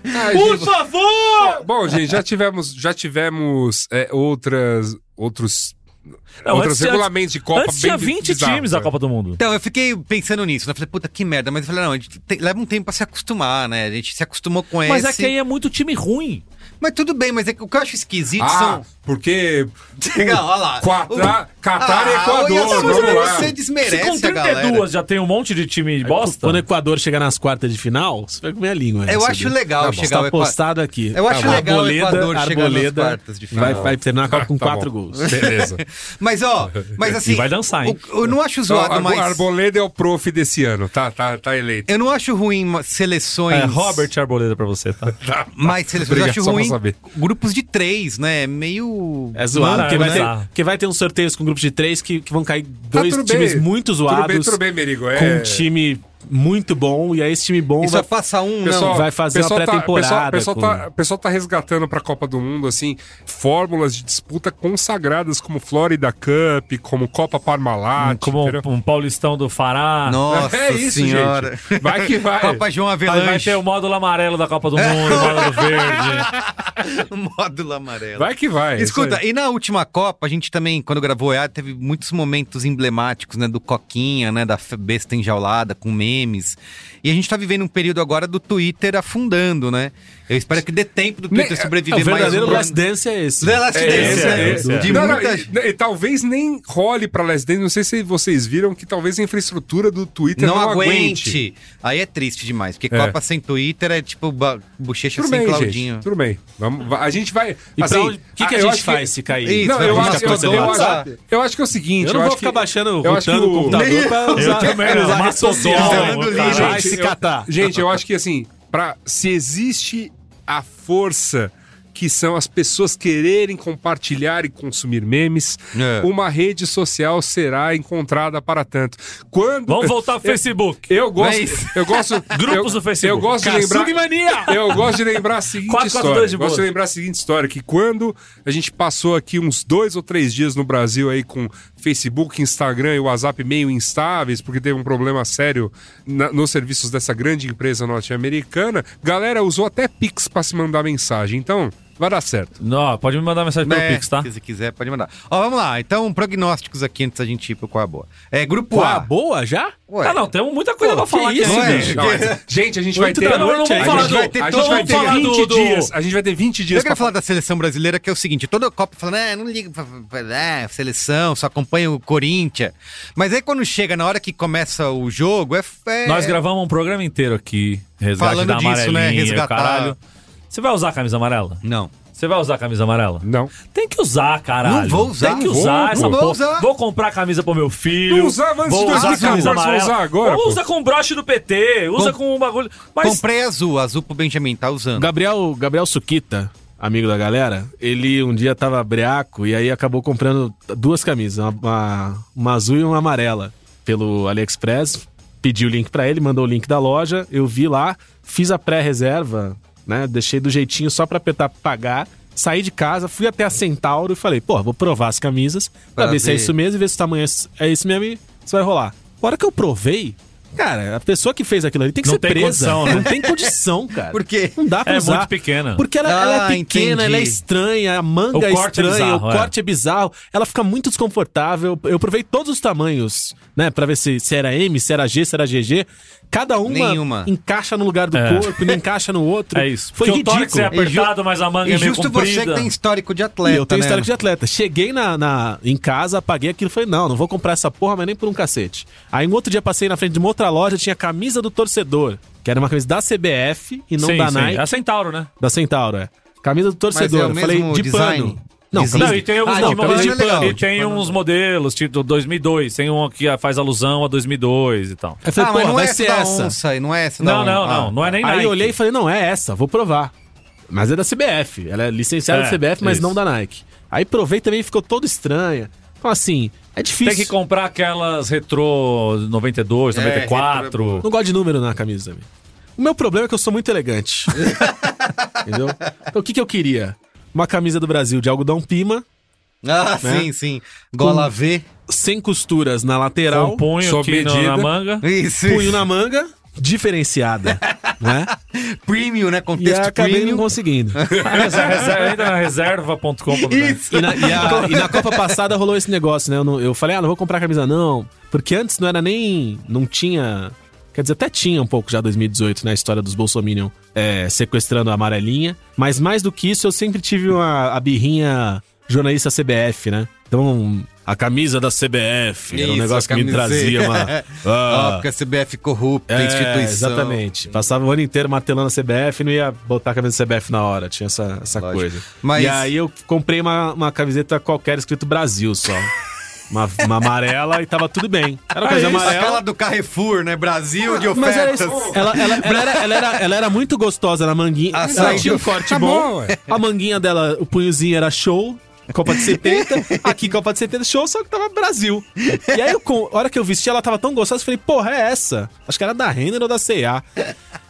S3: Ah, gente,
S4: favor!
S3: Bom, gente, já tivemos, já tivemos é, outras, outros,
S2: Não,
S3: outros
S2: antes tinha-
S3: regulamentos de Copa
S2: Antes tinha
S3: bi-
S2: 20
S3: bizarros,
S2: times da
S3: né?
S2: Copa do Mundo.
S1: Então, eu fiquei pensando nisso, né? Falei, puta, que merda. Mas eu falei, não, a gente tem- leva um tempo pra se acostumar, né? A gente se acostumou com
S2: Mas
S1: esse.
S2: é que aí é muito time ruim.
S1: Mas tudo bem, mas é que o que eu acho esquisito
S3: Ah,
S1: são...
S3: porque
S1: Legal, olha lá. Ah,
S3: Quatra- Catar e
S1: olha
S3: Equador,
S1: só,
S3: vamos
S1: mas
S3: lá.
S1: Você
S2: Se com
S1: desmerece a galera.
S2: 32 já tem um monte de time bosta.
S4: Quando é o Equador chegar nas quartas de final, você Tá vai comer a língua.
S1: Eu acho legal chegar
S4: Está
S1: ao Equador.
S4: postado aqui. Tá
S1: Eu acho legal o
S4: Arboleda,
S1: Equador chegar nas
S4: Arboleda
S1: quartas de final.
S4: Vai, vai terminar a Copa com
S3: tá
S4: quatro
S3: bom.
S4: gols.
S3: beleza.
S1: Mas, ó, mas assim...
S2: E vai dançar, hein?
S1: o- Eu não acho
S3: Então,
S1: zoado,
S3: Arbo-
S1: mas...
S3: Arboleda é o prof desse ano, tá, tá, tá eleito.
S1: Eu não acho ruim ma- seleções...
S2: É, Robert Arboleda pra você, tá?
S1: Mas seleções eu
S3: Obrigado,
S1: acho
S3: só pra
S1: ruim
S3: saber.
S1: grupos de três, né? Meio... né?
S4: É zoado,
S2: Não,
S4: porque,
S2: é
S4: vai ter,
S2: bizarro.
S4: porque vai ter uns sorteios com grupos de três que, que vão cair
S3: Tá,
S4: dois
S3: tudo bem.
S4: times muito zoados
S3: Tudo bem, tudo bem, Merigo.
S4: com
S3: É...
S4: um time muito bom, e aí esse time bom
S1: E só
S4: vai,
S1: passa um,
S4: Pessoal,
S1: não.
S4: vai fazer uma
S3: tá-
S4: pré-temporada
S3: pessoal, pessoal,
S4: com-
S3: tá, pessoal tá resgatando pra Copa do Mundo, assim, fórmulas de disputa consagradas como Florida Cup, como Copa Parmalat.
S2: Como
S3: entendeu?
S2: um, um paulistão do Fará.
S1: Nossa
S3: É isso,
S1: senhora.
S3: gente. Vai que vai.
S1: Copa João
S2: Vai, vai
S1: Avelanche.
S2: ter o módulo amarelo da Copa do Mundo, o módulo verde.
S1: Módulo amarelo.
S3: Vai que vai.
S1: Escuta,
S3: Isso
S1: e na última Copa, a gente também, quando gravou o EA, teve muitos momentos emblemáticos, né? Do Coquinha, né? Da f- besta enjaulada, com memes. E a gente tá vivendo um período agora do Twitter afundando, né? Eu espero que dê tempo do Twitter
S3: Ne-
S4: É,
S1: sobreviver
S4: o verdadeiro
S1: mais
S4: Last
S1: um
S4: Dance é esse.
S1: The Last
S3: aí.
S1: Dance,
S2: Esse
S1: né?
S2: é,
S3: esse é.
S1: De
S3: Não, não,
S1: muita...
S3: e, e talvez nem role pra Les Dance, não sei se vocês viram que talvez a infraestrutura do Twitter não,
S1: Não aguente. Aí é triste demais, porque Copa sem Twitter é tipo ba- bochecha
S3: Tudo
S1: sem
S3: bem,
S1: Claudinho.
S3: gente. Tudo bem. Vamos, va- a gente vai.
S4: E pra
S3: assim,
S4: onde- o que, que
S3: eu
S4: a
S3: acho
S4: gente
S3: que-
S4: faz se cair?
S3: Não,
S1: Vai
S3: eu
S1: ficar
S3: acho, eu,
S1: todo
S3: eu,
S1: WhatsApp?
S3: acho, eu acho que é o seguinte.
S4: Eu não vou
S3: acho
S4: ficar
S3: que,
S4: baixando,
S3: eu acho que
S4: rotando o computador pra
S2: Eu
S4: usar,
S2: também não,
S4: usar a rede social.
S2: Mastodon,
S1: cara.
S4: Vai Vai
S3: Gente,
S4: se
S3: eu-
S4: catar.
S3: Gente, eu acho que assim, pra, se existe a força que são as pessoas quererem compartilhar e consumir memes,
S1: É.
S3: uma rede social será encontrada para tanto. Quando
S2: Vamos voltar pro Facebook.
S3: eu gosto,
S1: Mas-
S3: eu gosto
S2: é Grupos
S3: eu,
S2: do Facebook.
S3: Eu gosto de lembrar
S4: Katsug Mania!
S3: eu gosto de lembrar a seguinte
S2: 442
S3: história.
S2: de
S3: Eu gosto de
S2: boa.
S3: lembrar a seguinte história: que quando a gente passou aqui uns dois ou três dias no Brasil aí com Facebook, Instagram e WhatsApp meio instáveis, porque teve um problema sério na- nos serviços dessa grande empresa norte-americana, galera usou até Pix pra se mandar mensagem. Então, vai dar certo.
S2: Não, pode me mandar mensagem pelo
S1: É,
S2: Pix, tá?
S1: Se quiser, pode mandar. Ó, vamos lá. Então, prognósticos aqui antes da gente ir pro Qual é a Boa. É, grupo
S4: Pô,
S1: A.
S4: boa já?
S1: Ué,
S2: Ah, não, tem muita coisa
S4: Pô,
S2: pra falar
S4: que
S2: aqui
S4: isso,
S2: ainda.
S1: não é?
S3: Não, mas- gente, a gente vai
S4: Oito
S3: ter.
S4: da
S3: a
S2: noite
S3: gente
S2: ainda.
S3: vai ter-
S1: Vai
S3: a
S1: ter
S3: gente vai
S1: todo- vamos
S3: ter
S2: falar do-
S3: 20
S2: do-
S3: dias. A gente vai ter 20
S1: Eu
S3: dias
S1: queria
S3: pra
S1: falar da seleção brasileira, que é o seguinte: toda Copa falando, é, não liga pra, pra- pra- ah, seleção, só acompanha o Corinthians. Mas aí quando chega, na hora que começa o jogo, é. é-
S2: Nós gravamos um programa inteiro aqui, resgate
S1: Falando
S2: da
S1: disso,
S2: amarelinha,
S1: né, resgatar.
S2: caralho. Você vai usar a camisa amarela?
S1: Não.
S2: Você vai usar a camisa amarela?
S3: Não.
S2: Tem que usar, caralho.
S1: Não vou usar,
S2: Tem que
S1: não vou,
S2: usar
S1: não
S2: essa
S1: vou
S2: porra.
S1: usar.
S2: Vou comprar camisa pro meu filho.
S3: Não usava antes de
S2: vou usar a
S3: 2014,
S2: camisa
S3: vou
S2: amarela.
S3: usar agora, pô.
S2: Ou usa com broche do PT, usa com, um bagulho. Mas
S1: Comprei azul, azul pro Benjamin, tá
S4: O
S1: usando.
S4: Gabriel, Gabriel Suquita, amigo da galera, ele um dia tava briaco e aí acabou comprando duas camisas, uma, uma, uma azul e uma amarela, pelo AliExpress. Pedi o link pra ele, mandou o link da loja, eu vi lá, fiz a pré-reserva, né? Deixei do jeitinho só pra apertar pagar. Saí de casa, fui até a Centauro e falei, pô, vou provar as camisas
S1: Pra
S4: pra ver, se é
S1: ver.
S4: isso mesmo e ver se o tamanho é esse- é esse mesmo e se vai rolar. A hora que eu provei, cara, a pessoa que fez aquilo ali tem que
S2: Não
S4: ser
S2: tem
S4: presa.
S2: condição, né?
S4: Não tem condição, cara.
S1: Por quê?
S4: Não dá pra
S2: É
S4: usar.
S2: muito pequena.
S4: Porque ela,
S1: Ah,
S4: ela é pequena,
S1: entendi.
S4: ela é estranha, a manga
S2: O
S4: é
S2: corte é
S4: estranha,
S2: bizarro,
S4: o
S2: é.
S4: corte é. bizarro. Ela fica muito desconfortável. Eu provei todos os tamanhos, né? Pra ver se, se era M, se era G, se era GG. Cada uma
S1: Nenhuma.
S4: encaixa no lugar do
S2: É.
S4: corpo, não encaixa no outro.
S2: É isso.
S4: Foi
S2: Porque o tórax
S4: ridículo.
S2: é apertado,
S1: E ju-
S2: mas a manga
S1: E
S2: é meio
S1: justo
S2: comprida.
S1: você que tem histórico de
S4: E
S1: atleta.
S4: eu tenho
S1: né?
S4: histórico de atleta. Cheguei na, na- em casa, paguei aquilo e falei, não, não vou comprar essa porra, mas nem por um cacete. Aí um outro dia passei na frente de uma outra loja, tinha a camisa do torcedor, que era uma camisa da CBF e não
S2: sim,
S4: da
S2: sim.
S4: Nike,
S2: É a Centauro, né?
S4: da Centauro, é. Camisa do torcedor.
S1: é o
S4: Eu falei,
S1: mesmo
S4: de
S1: design?
S4: pano. Não,
S1: Design?
S4: camisa-
S2: Não, e tem alguns
S4: ah,
S2: de
S4: não,
S1: modelo
S4: camisa de
S1: é legal.
S4: pano.
S2: E tem uns modelos, tipo 2002. Tem um que faz alusão a 2002 e tal.
S4: Eu falei,
S1: Ah,
S4: porra,
S1: mas não é
S4: vai
S1: essa
S4: ser
S1: da
S4: essa.
S1: onça, não é essa da
S2: Não,
S1: onça.
S2: não, não.
S1: Ah.
S2: Não é nem
S4: Aí
S2: Nike.
S4: eu olhei e falei, não, é essa, vou provar. Mas é da CBF, ela é licenciada
S2: É,
S4: da CBF, mas
S2: isso.
S4: não da Nike. Aí provei também, ficou toda estranha. Então assim, é difícil.
S2: Tem que comprar aquelas retrô 92,
S1: É,
S2: 94.
S4: Não gosto de número na camisa também. O meu problema é que eu sou muito elegante. Entendeu? Então o que, que eu queria? Uma camisa do Brasil de algodão pima,
S1: Ah,
S4: Né?
S1: sim, sim. Gola V.
S4: sem costuras na lateral,
S2: Um punho
S3: Sob
S2: aqui na,
S3: medida.
S2: na manga.
S1: Isso.
S4: punho na manga, diferenciada. né?
S1: Premium, né?
S4: E
S1: Contexto
S4: acabei não
S1: premium.
S4: conseguindo.
S2: Reserva- Ainda na reserva.com.br.
S4: E na, e a- e na Copa passada rolou esse negócio, né? Eu, não- eu falei, ah, não vou comprar camisa não. Porque antes não era nem. Não tinha. Quer dizer, até tinha um pouco já 2018 na história dos Bolsominion é, sequestrando a amarelinha. Mas mais do que isso, eu sempre tive uma, a birrinha jornalista CBF, né? Então, a camisa da CBF era um
S1: Isso,
S4: negócio que
S1: a
S4: me trazia
S1: camiseta.
S4: uma.
S1: Ó,
S4: Ah,
S1: porque a CBF corrupta,
S4: é,
S1: instituição.
S4: Exatamente. Passava o ano inteiro martelando a CBF e não ia botar a camisa da CBF na hora. Tinha essa, essa
S1: Lógico.
S4: coisa.
S1: Mas-
S4: E aí eu comprei uma, uma camiseta qualquer escrito Brasil só. Uma, uma amarela e tava tudo bem. Era uma
S2: Ah, é
S4: camisa
S1: Aquela
S4: amarela.
S1: do Carrefour, né? Brasil de
S3: mas era
S1: ofertas.
S3: isso.
S4: Ela, ela- ela era, ela era- ela era muito gostosa na manguinha.
S1: Açaí
S4: ela tinha um
S1: do-
S4: corte
S3: Tá
S4: bom.
S3: bom, ué.
S4: a manguinha dela, o punhozinho era show. Copa de 70, aqui Copa de 70 show, só que tava Brasil. E aí, eu, com- a hora que eu vesti, ela tava tão gostosa, eu falei, porra, é essa? Acho que era da Renner ou da C&A.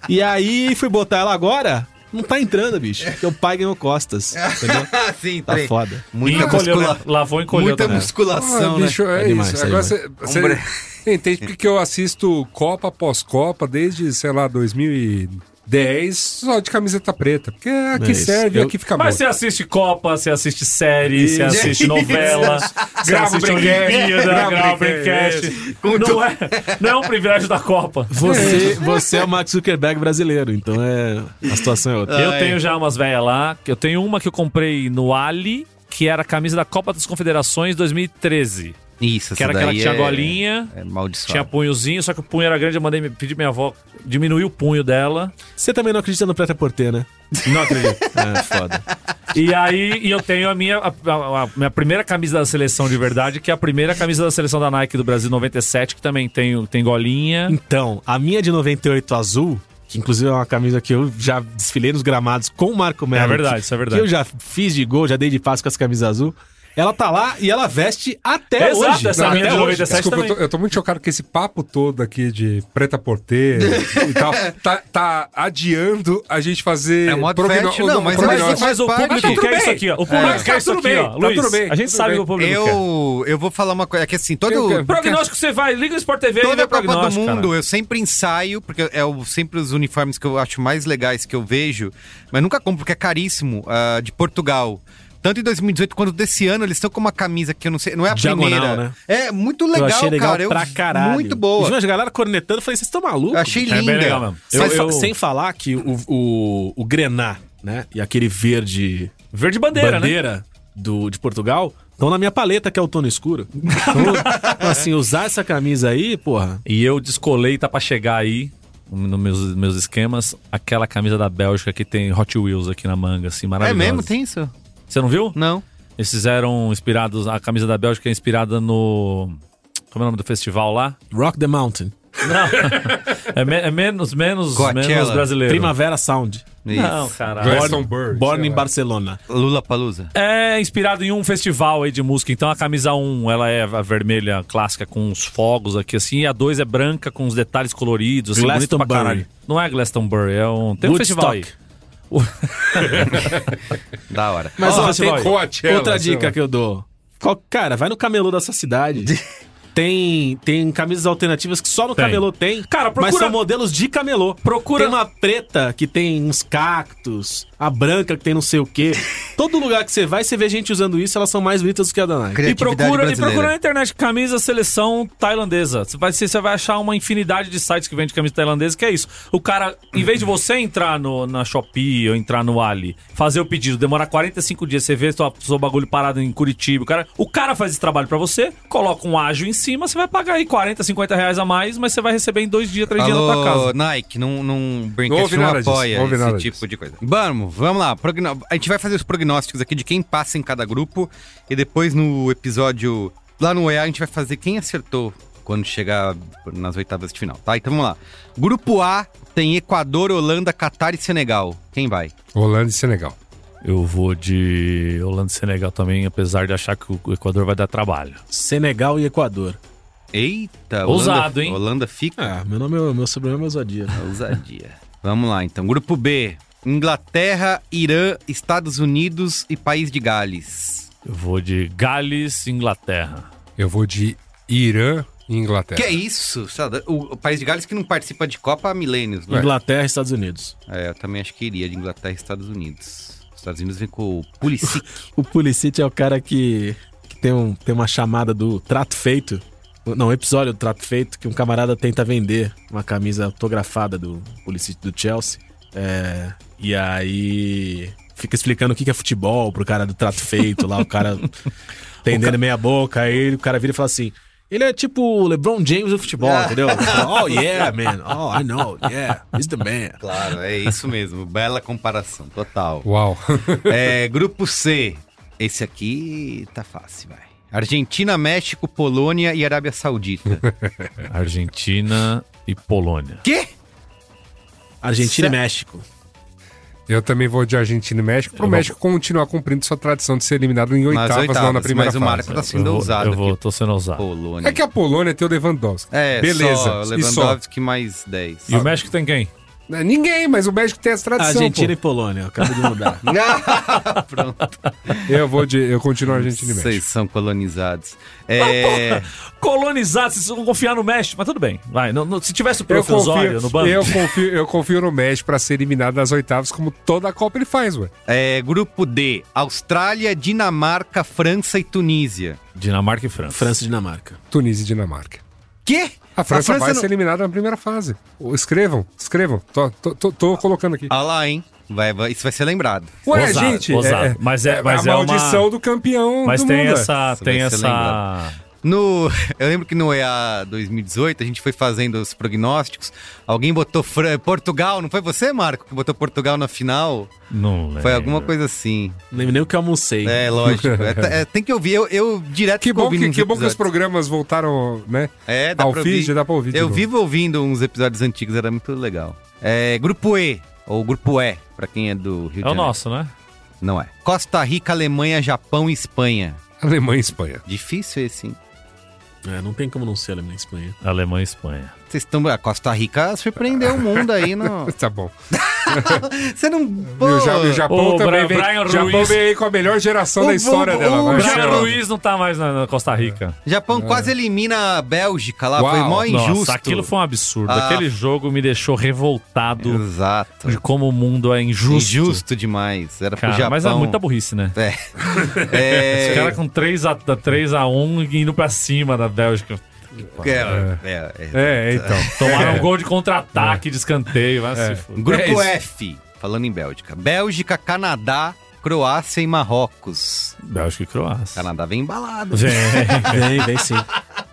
S4: E aí, fui botar ela agora, não tá entrando, bicho, porque o pai ganhou costas, entendeu?
S1: Sim,
S4: Tá foda.
S2: Ih,
S1: Muita,
S2: encolheu,
S1: muscula...
S2: né? Lavou e encolheu
S1: Muita
S2: também.
S1: musculação,
S3: Ah, bicho,
S1: né?
S3: é,
S4: É demais,
S3: isso.
S4: é
S3: Agora
S4: demais.
S3: você, você entende porque que eu assisto Copa após Copa desde, sei lá, 2010, só de camiseta preta. Porque é a que
S4: isso.
S3: serve, é a
S4: Eu-
S3: que fica bom.
S2: Mas você assiste Copa, você assiste série, você
S3: Isso.
S2: assiste novela, você
S3: Grava o
S2: assiste
S3: Braincast.
S2: Olimpíada,
S3: Grava o
S2: grava o
S3: Braincast.
S2: Braincast. Não é, não é um privilégio da Copa.
S4: Você, você é o Mark Zuckerberg brasileiro, então é a situação é outra.
S2: Eu
S1: Ai.
S2: tenho já umas velhas lá. Eu tenho uma que eu comprei no Ali, que era a camisa da Copa das Confederações 2013.
S1: Isso,
S2: Que era
S1: essa
S2: aquela
S1: daí
S2: que tinha
S1: é-
S2: golinha,
S1: É
S2: tinha
S1: maldição.
S2: punhozinho, só que o punho era grande, eu mandei pedir pra minha avó diminuir o punho dela.
S4: Você também não acredita no Preta Porter, né?
S2: Não acredito.
S4: É foda.
S2: E aí, e eu tenho a minha, a, a- a minha primeira camisa da seleção de verdade, que é a primeira camisa da seleção da Nike do Brasil 97, que também tem, tem golinha.
S4: Então, a minha de 98 azul, que inclusive é uma camisa que eu já desfilei nos gramados com o Marco Melo.
S2: É verdade,
S4: que-
S2: isso é verdade.
S4: Que eu já fiz de gol, já dei de passe com as camisas azul. Ela tá lá e ela veste até
S2: Exato,
S4: hoje. é
S2: essa
S4: Até
S2: minha de
S4: hoje.
S2: 98 97
S3: Desculpa, eu tô,
S2: também.
S3: eu tô muito chocado com esse papo todo aqui de preta porteira e tal. Tá, tá adiando a gente fazer.
S1: É modo
S3: prognó-
S1: fashion,
S3: o-
S1: não,
S3: o
S1: mas-
S3: prognóstico.
S1: mas-
S2: Mas o
S1: Mas tá
S2: público
S1: tudo
S2: quer
S3: bem.
S2: isso aqui, ó. O público
S3: É.
S2: quer
S3: Tá
S2: isso
S3: tudo
S2: aqui,
S3: bem,
S2: ó.
S3: tá
S2: Luiz,
S3: tudo bem,
S2: a gente
S3: tudo
S2: sabe
S3: bem.
S2: que o público quer.
S1: Eu, eu vou falar uma coisa, é que assim, todo,
S3: Eu quero-
S2: Prognóstico você vai, liga no Sport TV e
S1: toda
S2: vê
S1: a Copa do
S2: prognóstico,
S1: Mundo,
S2: cara.
S1: eu sempre ensaio, porque é o, sempre os uniformes que eu acho mais legais que eu vejo, mas nunca compro, porque é caríssimo, ah, de Portugal. Tanto em 2018 quanto desse ano, eles estão com uma camisa que eu não sei, não é a
S4: Diagonal,
S1: primeira.
S4: né?
S1: É muito
S4: Eu
S1: legal,
S4: achei legal
S1: cara. eu-
S4: pra caralho.
S1: Muito boa.
S4: Eu vi uma galera cornetando, eu falei, vocês estão malucos?
S1: Eu achei
S2: É bem
S1: linda.
S2: legal mesmo.
S4: Sem,
S2: Eu-
S4: fa-
S2: eu-
S1: É
S4: sem falar que o, o, o Grená, né? E aquele verde
S2: Verde bandeira, né?
S4: do, de Portugal estão na minha paleta, que é o tono escuro. Então, assim, usar essa camisa aí, porra.
S2: E eu descolei, tá pra chegar aí, nos meus, meus esquemas, aquela camisa da Bélgica que tem Hot Wheels aqui na manga, assim,
S1: É
S2: maravilhosa.
S1: mesmo? Tem isso?
S2: Você não viu?
S1: Não.
S2: Eles fizeram inspirados, a camisa da Bélgica é inspirada no... Como é o nome do festival lá?
S4: Rock the Mountain.
S2: É, me- é menos, menos,
S1: Coachella.
S2: menos brasileiro.
S4: Primavera Sound.
S2: Não,
S1: Isso.
S2: caralho.
S3: Glastonbury,
S4: Born
S3: sei
S4: in
S3: lá.
S4: Barcelona.
S1: Lula Palusa.
S2: É inspirado em um festival aí de música. Então a camisa 1, ela é a vermelha clássica com os fogos aqui assim, e a 2 é branca com os detalhes coloridos, assim, bonito pra
S4: Glastonbury.
S2: caralho. Não é Glastonbury, é um tem um festival aí.
S4: Woodstock.
S1: Da hora.
S4: Mas
S2: Ó,
S4: ó,
S2: festival
S4: tem
S3: aí. Coachella,
S4: outra
S3: sei
S4: dica
S3: lá.
S4: que eu dou. Qual- cara, vai no camelô da sua cidade. Tem, tem camisas alternativas que só no
S2: Tem.
S4: camelô tem.
S2: Cara,
S4: Mas
S2: procura-
S4: são modelos de camelô.
S2: Procura-
S4: Tem uma preta que tem uns cactos, a branca que tem não sei o quê. Todo lugar que você vai, você vê gente usando isso, elas são mais bonitas do que a da Nike.
S2: E
S1: Criatividade
S2: procura, e
S1: brasileira.
S2: procura na internet camisa seleção tailandesa. Você vai, você vai achar uma infinidade de sites que vende camisa tailandesa, que é isso. O cara, em vez de você entrar no, na Shopee ou entrar no Ali, fazer o pedido, demorar 45 dias, você vê sua, seu bagulho parado em Curitiba, o cara, o cara faz esse trabalho pra você, coloca um ágio em cima, você vai pagar aí 40, 50 reais a mais, mas você vai receber em dois dias, três dias na tua
S1: Alô,
S2: casa.
S1: Nike, não, não
S3: Não
S1: brinquedo,
S3: ouvi
S1: não,
S3: nada disso,
S1: apoia
S3: não ouvi nada
S1: esse
S3: disso.
S1: tipo de coisa. Vamos, vamos lá. progno- A gente vai fazer os prognósticos aqui de quem passa em cada grupo e depois no episódio lá no EA a gente vai fazer quem acertou quando chegar nas oitavas de final, tá? Então vamos lá. Grupo A tem Equador, Holanda, Catar e Senegal. Quem vai?
S3: Holanda e Senegal.
S2: Eu vou de Holanda e Senegal também, apesar de achar que o Equador vai dar trabalho.
S4: Senegal e Equador.
S1: Eita,
S2: Ousado,
S1: Holanda,
S2: hein?
S1: Holanda
S3: É.
S1: fica.
S4: Ah, meu nome, meu sobrenome é ousadia.
S1: Ousadia. Vamos lá, então. Grupo B. Inglaterra, Irã, Estados Unidos e País de Gales.
S2: Eu vou de Gales, Inglaterra.
S3: Eu vou de Irã e Inglaterra.
S1: Que é isso? sabe? O, o País de Gales que não participa de Copa há milênios, né?
S4: Inglaterra e Estados Unidos.
S1: É, eu também acho que iria de Inglaterra e Estados Unidos. Os Estados Unidos vem com o Pulisic.
S4: O Pulisic é o cara que, que tem, um, tem uma chamada do trato feito. Não, um episódio do trato feito que um camarada tenta vender uma camisa autografada do Pulisic do Chelsea. É, e aí fica explicando o que que é futebol pro cara do trato feito lá, o cara tendendo meia boca, aí o cara vira e fala assim. Ele é tipo o LeBron James do futebol, entendeu? Ele fala, Oh, yeah, man. Oh, I know. Yeah, he's the man.
S1: claro, é isso mesmo. Bela comparação, total.
S3: Uau.
S1: É, grupo C. Esse aqui tá fácil, vai. Argentina, México, Polônia e Arábia Saudita.
S2: Argentina e Polônia.
S1: Quê?
S4: Argentina
S1: Cê-
S4: e México.
S3: Eu também vou de Argentina e México, pro México continuar cumprindo sua tradição de ser eliminado em
S1: Nas
S3: oitavas, não na
S1: oitavas,
S3: primeira
S1: mas o
S3: fase.
S1: Marco tá
S2: eu
S1: sendo
S2: vou-
S1: ousado
S2: Eu vou,
S1: aqui.
S2: tô sendo ousado.
S1: Polônia.
S3: É que a Polônia tem o Lewandowski.
S1: É,
S3: Beleza.
S1: só
S3: e só.
S1: Lewandowski mais 10.
S2: E o México tem quem?
S3: Não é Ninguém, mas o México tem essa tradição.
S4: Argentina e Polônia, eu acabo de mudar.
S1: Pronto.
S3: pô. Eu vou de. Eu continuo Argentina e
S1: Vocês
S3: México.
S1: são colonizados. É,
S2: Colonizar, se não confiar no México, mas tudo bem. Vai, não- não- se tivesse o
S3: Eu
S2: Prof. Osório no
S3: confio,
S2: banco.
S3: eu, confio, eu confio no México pra ser eliminado nas oitavas, como toda a Copa ele faz, ué.
S1: é, grupo D: Austrália, Dinamarca, França e Tunísia.
S2: Dinamarca e França.
S4: França e Dinamarca.
S3: Tunísia e Dinamarca.
S1: Quê?
S3: A França, vai
S1: Tá, não-
S3: ser eliminada na primeira fase. Ô, Escrevam, escrevam. Tô, tô- tô- tô colocando aqui.
S1: Ah lá, hein? Vai, vai- isso vai ser lembrado.
S3: Ué,
S2: Ousado,
S3: gente.
S2: ousado. Mas é- mas
S3: a
S2: é uma-
S3: maldição do campeão
S2: Mas
S3: do
S2: tem
S3: mundo. ué.
S2: essa.
S1: Isso
S2: Tem
S1: é. vai ser
S2: essa.
S1: No, eu lembro que no EA 2018 a gente foi fazendo os prognósticos. Alguém botou Fran- Portugal, não foi você, Marco, que botou Portugal na final?
S2: Não lembro.
S3: É.
S1: Foi alguma coisa assim.
S4: Não lembro nem o que eu almocei.
S1: É, lógico. É, é, tem que ouvir. Eu, eu direto
S3: Que
S1: fico
S3: bom
S1: ouvindo
S3: que,
S1: uns
S3: que bom que os
S1: episódios.
S3: programas voltaram, né?
S1: É, dá
S3: Ao
S1: pra
S3: feed,
S1: ouvir.
S3: dá pra ouvir de
S1: Eu
S3: novo.
S1: vivo ouvindo uns episódios antigos, era muito legal. É, grupo E, ou Grupo E, pra quem é do Rio de
S2: É o
S1: Janeiro.
S2: nosso, né?
S1: Não é. Costa Rica, Alemanha, Japão e Espanha.
S3: Alemanha e Espanha.
S1: Difícil esse, hein?
S4: É, não tem como não ser Alemanha e Espanha.
S2: Alemanha e Espanha.
S1: Vocês estão. A Costa Rica surpreendeu o mundo aí, não.
S3: Tá bom.
S1: Você não.
S3: E
S1: Pô,
S3: o, Ja- e o
S2: Ô,
S3: Japão
S2: Bra-
S3: também vem.
S2: Brian
S3: Japão
S2: Ruiz.
S3: vem aí com a melhor geração
S1: O
S3: da
S1: bu-
S3: história
S1: o-
S3: dela.
S1: o
S3: vai
S1: Brian
S2: Brian
S3: ser, ó.
S2: Ruiz não tá mais na, na Costa Rica.
S1: Japão quase elimina a Bélgica lá. Foi
S3: É. Uau.
S1: mó É injusto.
S2: Nossa, aquilo foi um absurdo.
S1: Ah.
S2: Aquele jogo me deixou revoltado
S1: Exato.
S2: de como o mundo é injusto.
S1: Injusto demais. Era pro
S2: Cara,
S1: Japão.
S2: mas é muita burrice, né?
S1: É.
S2: Os
S1: É.
S2: caras com 3x1 indo pra cima da Bélgica.
S1: é, é, é.
S3: É, então.
S2: Tomaram um gol de contra-ataque, de escanteio. Vai se fuder.
S3: É
S1: Grupo
S3: isso.
S1: F, falando em Bélgica. Bélgica, Canadá, Croácia e Marrocos.
S2: Bélgica e Croácia.
S1: Canadá vem embalado.
S2: Vem,
S4: Vem, vem sim.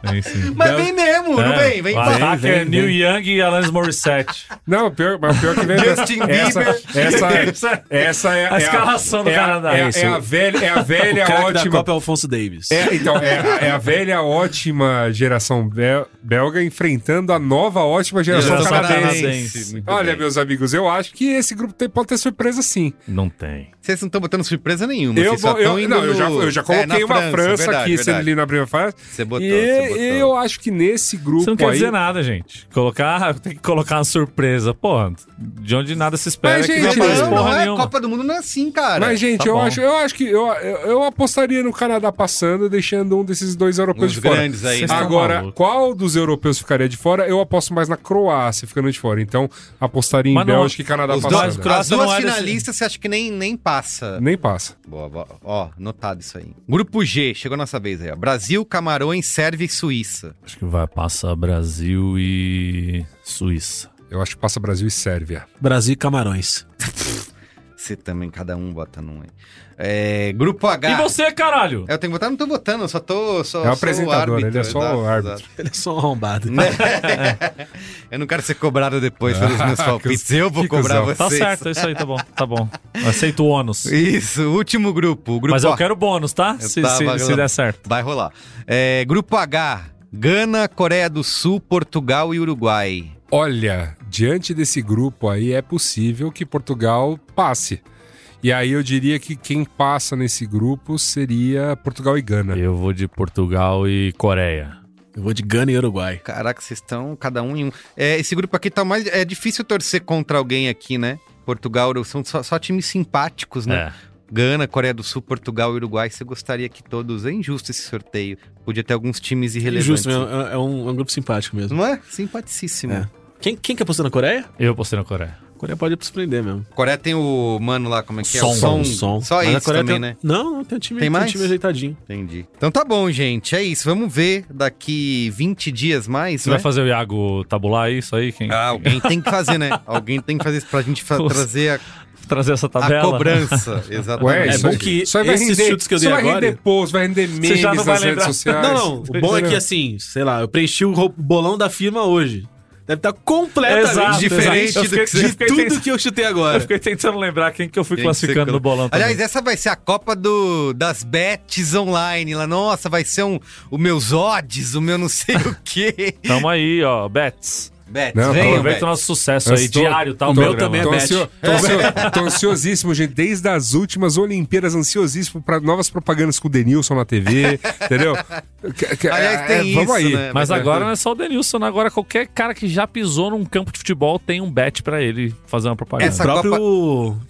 S2: vem sim.
S1: Mas vem mesmo, não
S2: É,
S1: vem? Vem
S2: o
S1: embalado.
S2: ataque
S4: Vem,
S2: é
S4: vem,
S2: Neil
S4: vem.
S2: Young e Alanis Morissette.
S3: Não, pior, mas pior que vem.
S1: Justin
S3: essa,
S1: Bieber.
S3: Essa, essa é
S2: A escalação do
S3: é a-
S2: Canadá,
S3: É, a-
S2: isso.
S3: é a velha, é a velha
S4: o craque da
S3: ótima.
S4: Copa é o Alfonso Davis.
S3: É, então, é, a- é a velha ótima geração bel- belga enfrentando a nova ótima geração
S2: Geração
S3: um canadense.
S2: canadense.
S1: Muito
S3: Olha,
S1: bem.
S3: meus amigos, eu acho que esse grupo tem- pode ter surpresa sim.
S2: Não tem.
S1: Vocês não estão botando surpresa nenhuma.
S3: Eu,
S1: vocês só
S3: vou- eu-
S1: estão indo
S3: não, eu, já,
S1: no-
S3: eu já
S1: É,
S3: coloquei
S1: na
S3: uma França,
S1: verdade,
S3: aqui sendo
S1: verdade.
S3: ali na primeira fase.
S1: Você botou,
S3: e
S1: você botou.
S3: eu acho que nesse grupo
S2: Você não quer
S3: aí.
S2: dizer nada, gente. Colocar, tem que colocar uma surpresa. Porra, de onde nada se espera
S3: Mas,
S2: que
S3: gente,
S2: não
S1: Não,
S2: aparece
S3: Não,
S1: não,
S2: porra
S1: é.
S2: nenhuma.
S1: Copa do Mundo não é assim, cara.
S3: Mas, gente,
S2: Tá
S3: eu,
S2: bom.
S3: acho, eu acho que eu, eu, eu apostaria no Canadá passando, deixando um desses dois europeus
S1: Os
S3: de fora.
S1: grandes aí,
S2: Vocês
S1: né?
S2: estão
S3: Agora,
S2: maluco.
S3: qual dos europeus ficaria de fora? Eu aposto mais na Croácia ficando de fora. Então, apostaria em
S2: Mas não,
S3: Bélgica e Canadá
S1: Os
S3: passando.
S1: dois,
S2: Croácia
S1: as duas
S2: não é desse-
S1: finalistas você acha que nem, nem passa.
S3: Nem passa.
S1: Boa, boa. Ó, notado isso aí. Grupo G, chegou nossa vez aí, ó. Brasil, Camarões, Sérvia e Suíça.
S2: Acho que vai passar Brasil e Suíça.
S3: Eu acho que passa Brasil e Sérvia.
S4: Brasil e Camarões.
S1: Você também, cada um bota num aí. É, grupo H. É,
S2: E você, caralho?
S1: Eu tenho que votar? Não tô votando, eu só tô. Só,
S3: É o
S1: sou
S3: apresentador, ele é só o árbitro.
S4: Ele é só um arrombado.
S1: Hum. exato. Né? eu não quero ser cobrado depois pelos meus palpites. Eu vou
S3: que
S1: cobrar
S3: cuzão.
S1: vocês.
S2: Tá certo, é isso aí, tá bom, tá bom. Aceito o ônus.
S1: Isso, último grupo. o grupo
S2: Mas eu
S1: A.
S2: quero bônus, tá?
S1: Eu
S2: Se,
S1: tava
S2: se- se
S1: lá.
S2: der certo.
S1: Vai rolar. É, grupo H. Gana, Coreia do Sul, Portugal e Uruguai.
S3: Olha, diante desse grupo aí, é possível que Portugal passe. E aí eu diria que quem passa nesse grupo seria Portugal e Gana.
S2: Eu vou de Portugal e Coreia.
S4: Eu vou de Gana e Uruguai.
S1: Caraca, vocês estão cada um em um. É, esse grupo aqui tá mais. É difícil torcer contra alguém aqui, né? Portugal, Uru- são só, só times simpáticos, né?
S2: É.
S1: Gana, Coreia do Sul, Portugal e Uruguai. Você gostaria que todos. É injusto esse sorteio. Podia ter alguns times irrelevantes.
S4: Justo mesmo, é, é um, é um grupo simpático mesmo.
S1: Não é? Simpaticíssimo.
S4: É. Quem, quem que apostou na Coreia?
S2: Eu postei na Coreia.
S4: A Coreia pode surpreender mesmo.
S1: Coreia tem o mano lá, como é que é?
S2: Som.
S1: O som. Só
S4: Mas a
S1: isso
S4: Coreia
S1: também,
S4: tem-
S1: né?
S4: Não, não, tem um time,
S1: Tem
S4: tem
S1: mais?
S4: um time ajeitadinho.
S1: Entendi. Então tá bom, gente. É isso. Vamos ver daqui 20 dias mais,
S2: Você
S1: né?
S2: vai fazer o Iago tabular isso aí? Quem
S1: Ah, alguém tem que fazer, né? Alguém tem que fazer isso pra gente fa-
S2: Nossa.
S1: trazer
S2: trazer essa
S1: a, a
S2: tabela?
S1: cobrança.
S3: Ué,
S1: Exatamente.
S4: É
S3: isso,
S4: bom
S3: aí-
S4: que
S3: isso aí vai
S4: esses
S3: render,
S4: chutes que eu dei
S3: isso vai
S4: agora-
S3: render posts, vai render memes
S2: já não
S3: nas
S2: vai
S3: redes
S2: lembrar.
S3: sociais.
S4: Não, não. O bom
S1: um-
S4: é que assim, sei lá, eu preenchi o ro- bolão da firma hoje. Deve estar completamente
S2: Exato,
S1: diferente
S2: exato.
S1: do
S2: Eu fiquei-
S1: que você-
S2: eu
S4: de
S2: fiquei
S4: tudo
S2: tentando-
S4: que eu chutei
S2: Eu
S4: agora.
S2: fiquei tentando lembrar quem que eu fui
S1: Quem
S2: classificando
S1: secou.
S2: no bolão também.
S1: Aliás, essa vai ser a Copa do, das bets online. Lá, nossa, vai ser um, o meus odds, o meu não sei o quê.
S2: Tamo aí, ó, Bets.
S1: Bets,
S3: Não,
S1: venham,
S2: Aproveita o
S1: Bets.
S2: nosso sucesso
S3: Eu
S2: aí,
S3: estou-
S2: diário, tá? O
S4: tô-
S2: meu
S4: tô-
S2: também é
S4: tô
S3: Tô,
S2: bet.
S3: ansio- tô ansio- tô ansiosíssimo, gente. Desde as últimas Olimpíadas, ansiosíssimo para novas propagandas com o Denilson na TV, entendeu? Que- que-
S1: Aliás, tem isso,
S3: vamos aí.
S1: né?
S2: Mas agora não é só o Denilson, agora qualquer cara que já pisou num campo de futebol tem um bet pra ele fazer uma propaganda.
S1: Essa
S4: O próprio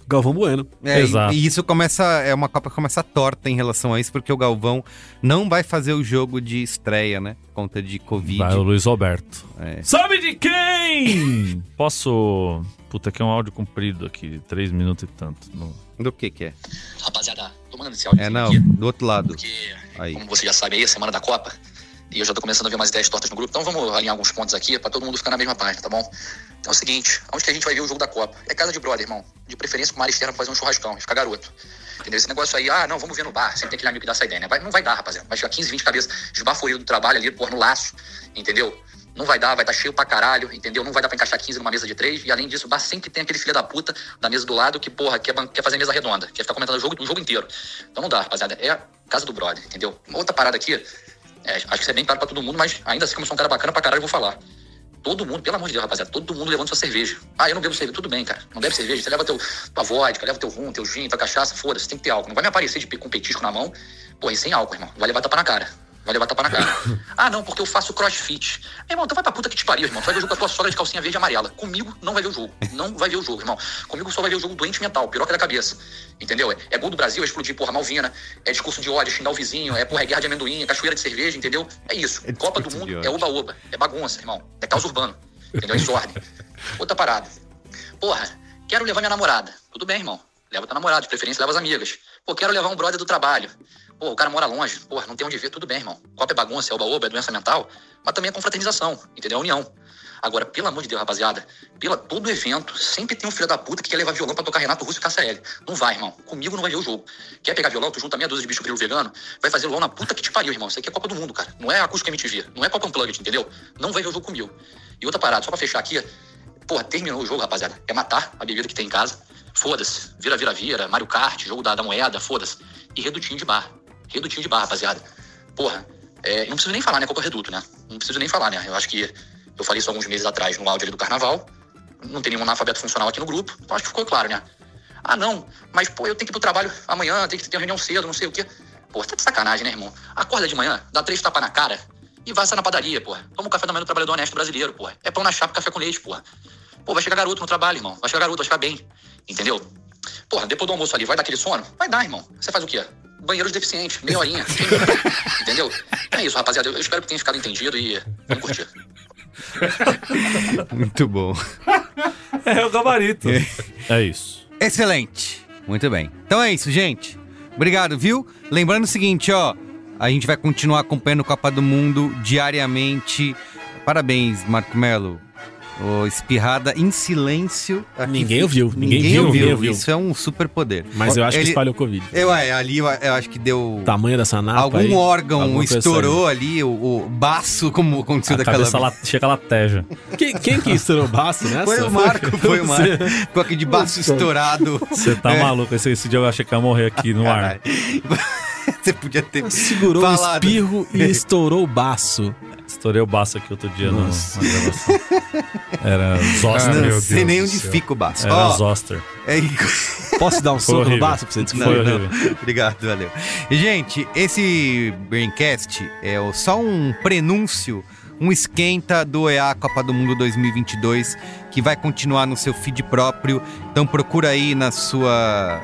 S4: Galvão Bueno.
S1: É, e-
S2: Exato.
S1: E isso começa. É uma Copa que começa torta em relação a isso, porque o Galvão não vai fazer o jogo de estreia, né? Por conta de Covid.
S2: Vai o Luiz Roberto.
S1: É.
S2: Sabe de quem? Posso. Puta, que é um áudio comprido aqui, três minutos e tanto. Não-
S1: Do que que é?
S5: Rapaziada, tô mandando esse áudio
S1: É,
S5: aqui,
S1: não, do outro lado.
S5: porque,
S1: Aí.
S5: como você já sabe, aí é semana da Copa. E eu já tô começando a ver umas ideias tortas no grupo. Então vamos alinhar alguns pontos aqui pra todo mundo ficar na mesma página, tá bom? Então é o seguinte, onde que a gente vai ver o jogo da Copa? É casa de brother, irmão. De preferência com uma área externa pra fazer um churrascão e ficar garoto. Entendeu? Esse negócio aí, ah, não, vamos ver no bar. Sempre tem aquele amigo que dá essa ideia, né? Vai- não vai dar, rapaziada. Vai chegar 15, 20 cabeças esbaforido do trabalho ali, pô, no laço, entendeu? Não vai dar, vai estar cheio pra caralho, entendeu? Não vai dar pra encaixar 15 numa mesa de três. E além disso, o bar sempre tem aquele filho da puta da mesa do lado que, porra, quer, ban- quer fazer mesa redonda, quer ficar comentando o jogo, o jogo inteiro. Então não dá, rapaziada. É a casa do brother, entendeu? Uma outra parada aqui, é, acho que isso é bem claro pra todo mundo, mas ainda assim, como eu sou um cara bacana pra caralho, eu vou falar. Todo mundo, pelo amor de Deus, rapaziada, todo mundo levando sua cerveja. Ah, eu não bebo cerveja, tudo bem, cara. Não bebe cerveja, você leva teu, tua vodka, leva teu rum, teu gin, tua cachaça, foda-se, tem que ter álcool. Não vai me aparecer de, pe- com petisco na mão, pô, e sem álcool, irmão. Vai levar tapa na cara. Vai levar tapa na cara. ah, não, porque eu faço crossfit. Meu irmão, então vai pra puta que te pariu, irmão. Tu vai ver o jogo com a tua sogra de calcinha verde e amarela. Comigo não vai ver o jogo. Não vai ver o jogo, irmão. Comigo só vai ver o jogo doente mental, piroca da cabeça. Entendeu? É, é gol do Brasil, é explodir, porra, Malvina. É discurso de ódio, xingar o vizinho. É porra, é guerra de amendoim, é cachoeira de cerveja, entendeu? É isso.
S1: É
S5: Copa do
S1: discurso
S5: Mundo
S1: de
S5: é
S1: ódio.
S5: oba-oba. É bagunça, irmão. É caos urbano. Entendeu? É desordem. Outra parada. Porra, quero levar minha namorada. Tudo bem, irmão. Leva tua namorada, de preferência leva as amigas. Pô, quero levar um brother do trabalho. Pô, o cara mora longe. Porra, não tem onde ver. Tudo bem, irmão. Copa é bagunça, é oba-oba, é doença mental. Mas também é confraternização, entendeu? É união. Agora, pelo amor de Deus, rapaziada, pela todo evento, sempre tem um filho da puta que quer levar violão pra tocar Renato Russo e KCL. Não vai, irmão. Comigo não vai ver o jogo. Quer pegar violão, tu junta meia dúzia de bicho grilo vegano, vai fazer violão na puta que te pariu, irmão. Isso aqui é Copa do Mundo, cara. Não é acústica MTV, não é Copa Unplugged, entendeu? Não vai ver o jogo comigo. E outra parada, só pra fechar aqui, Porra, terminou o jogo, rapaziada. É matar a bebida que tem em casa. Foda-se. Vira, vira, vira. Mario Kart, jogo da, da moeda, foda-se. E redutinho de bar. Redutinho de bar, rapaziada. Porra, é, não preciso nem falar, né? Qual que é o reduto, né? Não preciso nem falar, né? Eu acho que eu falei isso alguns meses atrás no áudio ali do carnaval. Não tem nenhum analfabeto funcional aqui no grupo. Então acho que ficou claro, né? Ah, não, mas pô, eu tenho que ir pro trabalho amanhã, tenho que ter uma reunião cedo, não sei o quê. Pô, tá de sacanagem, né, irmão? Acorda de manhã, dá três tapas na cara e vaza na padaria, porra. Toma um café da manhã do trabalhador honesto brasileiro, porra. É pão na chapa, café com leite, porra. Pô, vai chegar garoto no trabalho, irmão. Vai chegar garoto, vai chegar bem. Entendeu? Porra, depois do almoço ali, vai dar aquele sono? Vai dar, irmão. Você faz o quê? Banheiro de deficiente, meia horinha. entendeu? É isso, rapaziada. Eu espero que tenha ficado entendido e vamos curtir.
S1: Muito bom.
S2: É o gabarito. é isso.
S1: Excelente. Muito bem. Então é isso, gente. Obrigado, viu? Lembrando o seguinte, ó. A gente vai continuar acompanhando o Copa do Mundo diariamente. Parabéns, Marco Melo. Ô, espirrada em silêncio. aqui
S4: Ninguém
S1: fica-
S4: ouviu, ninguém
S1: Ninguém
S4: viu,
S1: ouviu.
S4: ninguém ouviu.
S1: Isso é um super poder.
S4: Mas eu acho que espalhou Covid.
S1: Eu, é, ali eu, eu acho que deu...
S4: O tamanho dessa napa
S1: algum
S4: Tá aí,
S1: órgão
S4: alguma coisa
S1: estourou ali, o, o baço, como aconteceu
S2: A
S1: daquela
S2: cabeça la- chega lateja.
S4: saiu. Quem, quem que estourou o baço nessa?
S1: Foi o Marco, foi o Marco. Com aquele baço estourado.
S2: Você tá maluco? Esse, esse dia eu achei que ia morrer aqui no ar.
S1: É. Caralho. Você podia ter
S4: Segurou o
S1: falado.
S4: espirro e estourou o baço.
S2: Estourei o baço aqui outro dia no, na gravação. Era
S1: Não
S3: Ah, meu
S2: Zoster.
S3: Deus
S1: sei nem
S3: do
S1: onde
S3: céu.
S1: fica o baço.
S2: Era
S1: Ó,
S2: Zoster.
S1: é-
S4: Posso dar um soco no
S2: horrível.
S4: baço pra você desculpa?
S1: Não,
S2: Foi
S1: não.
S2: horrível.
S1: Obrigado, valeu. Gente, esse Braincast é o- só um prenúncio, um esquenta do EA Copa do Mundo 2022, que vai continuar no seu feed próprio. Então procura aí na sua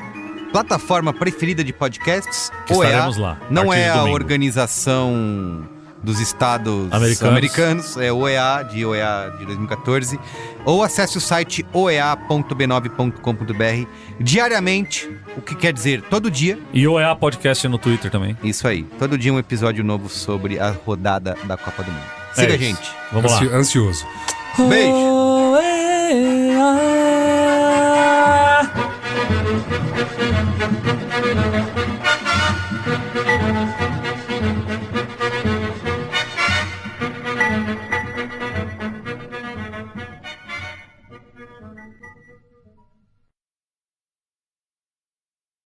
S1: plataforma preferida de podcasts,
S2: Que
S1: o EA.
S2: estaremos lá. a
S1: Não
S2: partir de
S1: é a
S2: domingo.
S1: organização dos estados
S2: Americanos.
S1: americanos. é OEA, de OEA de 2014. Ou acesse o site oea.b9.com.br diariamente, o que quer dizer todo dia.
S2: E o EA Podcast no Twitter também.
S1: Isso aí, todo dia um episódio novo sobre a rodada da Copa do Mundo. Siga
S2: É
S1: a
S2: isso.
S1: gente.
S2: Vamos lá.
S3: Ansi- Ansioso.
S1: Beijo!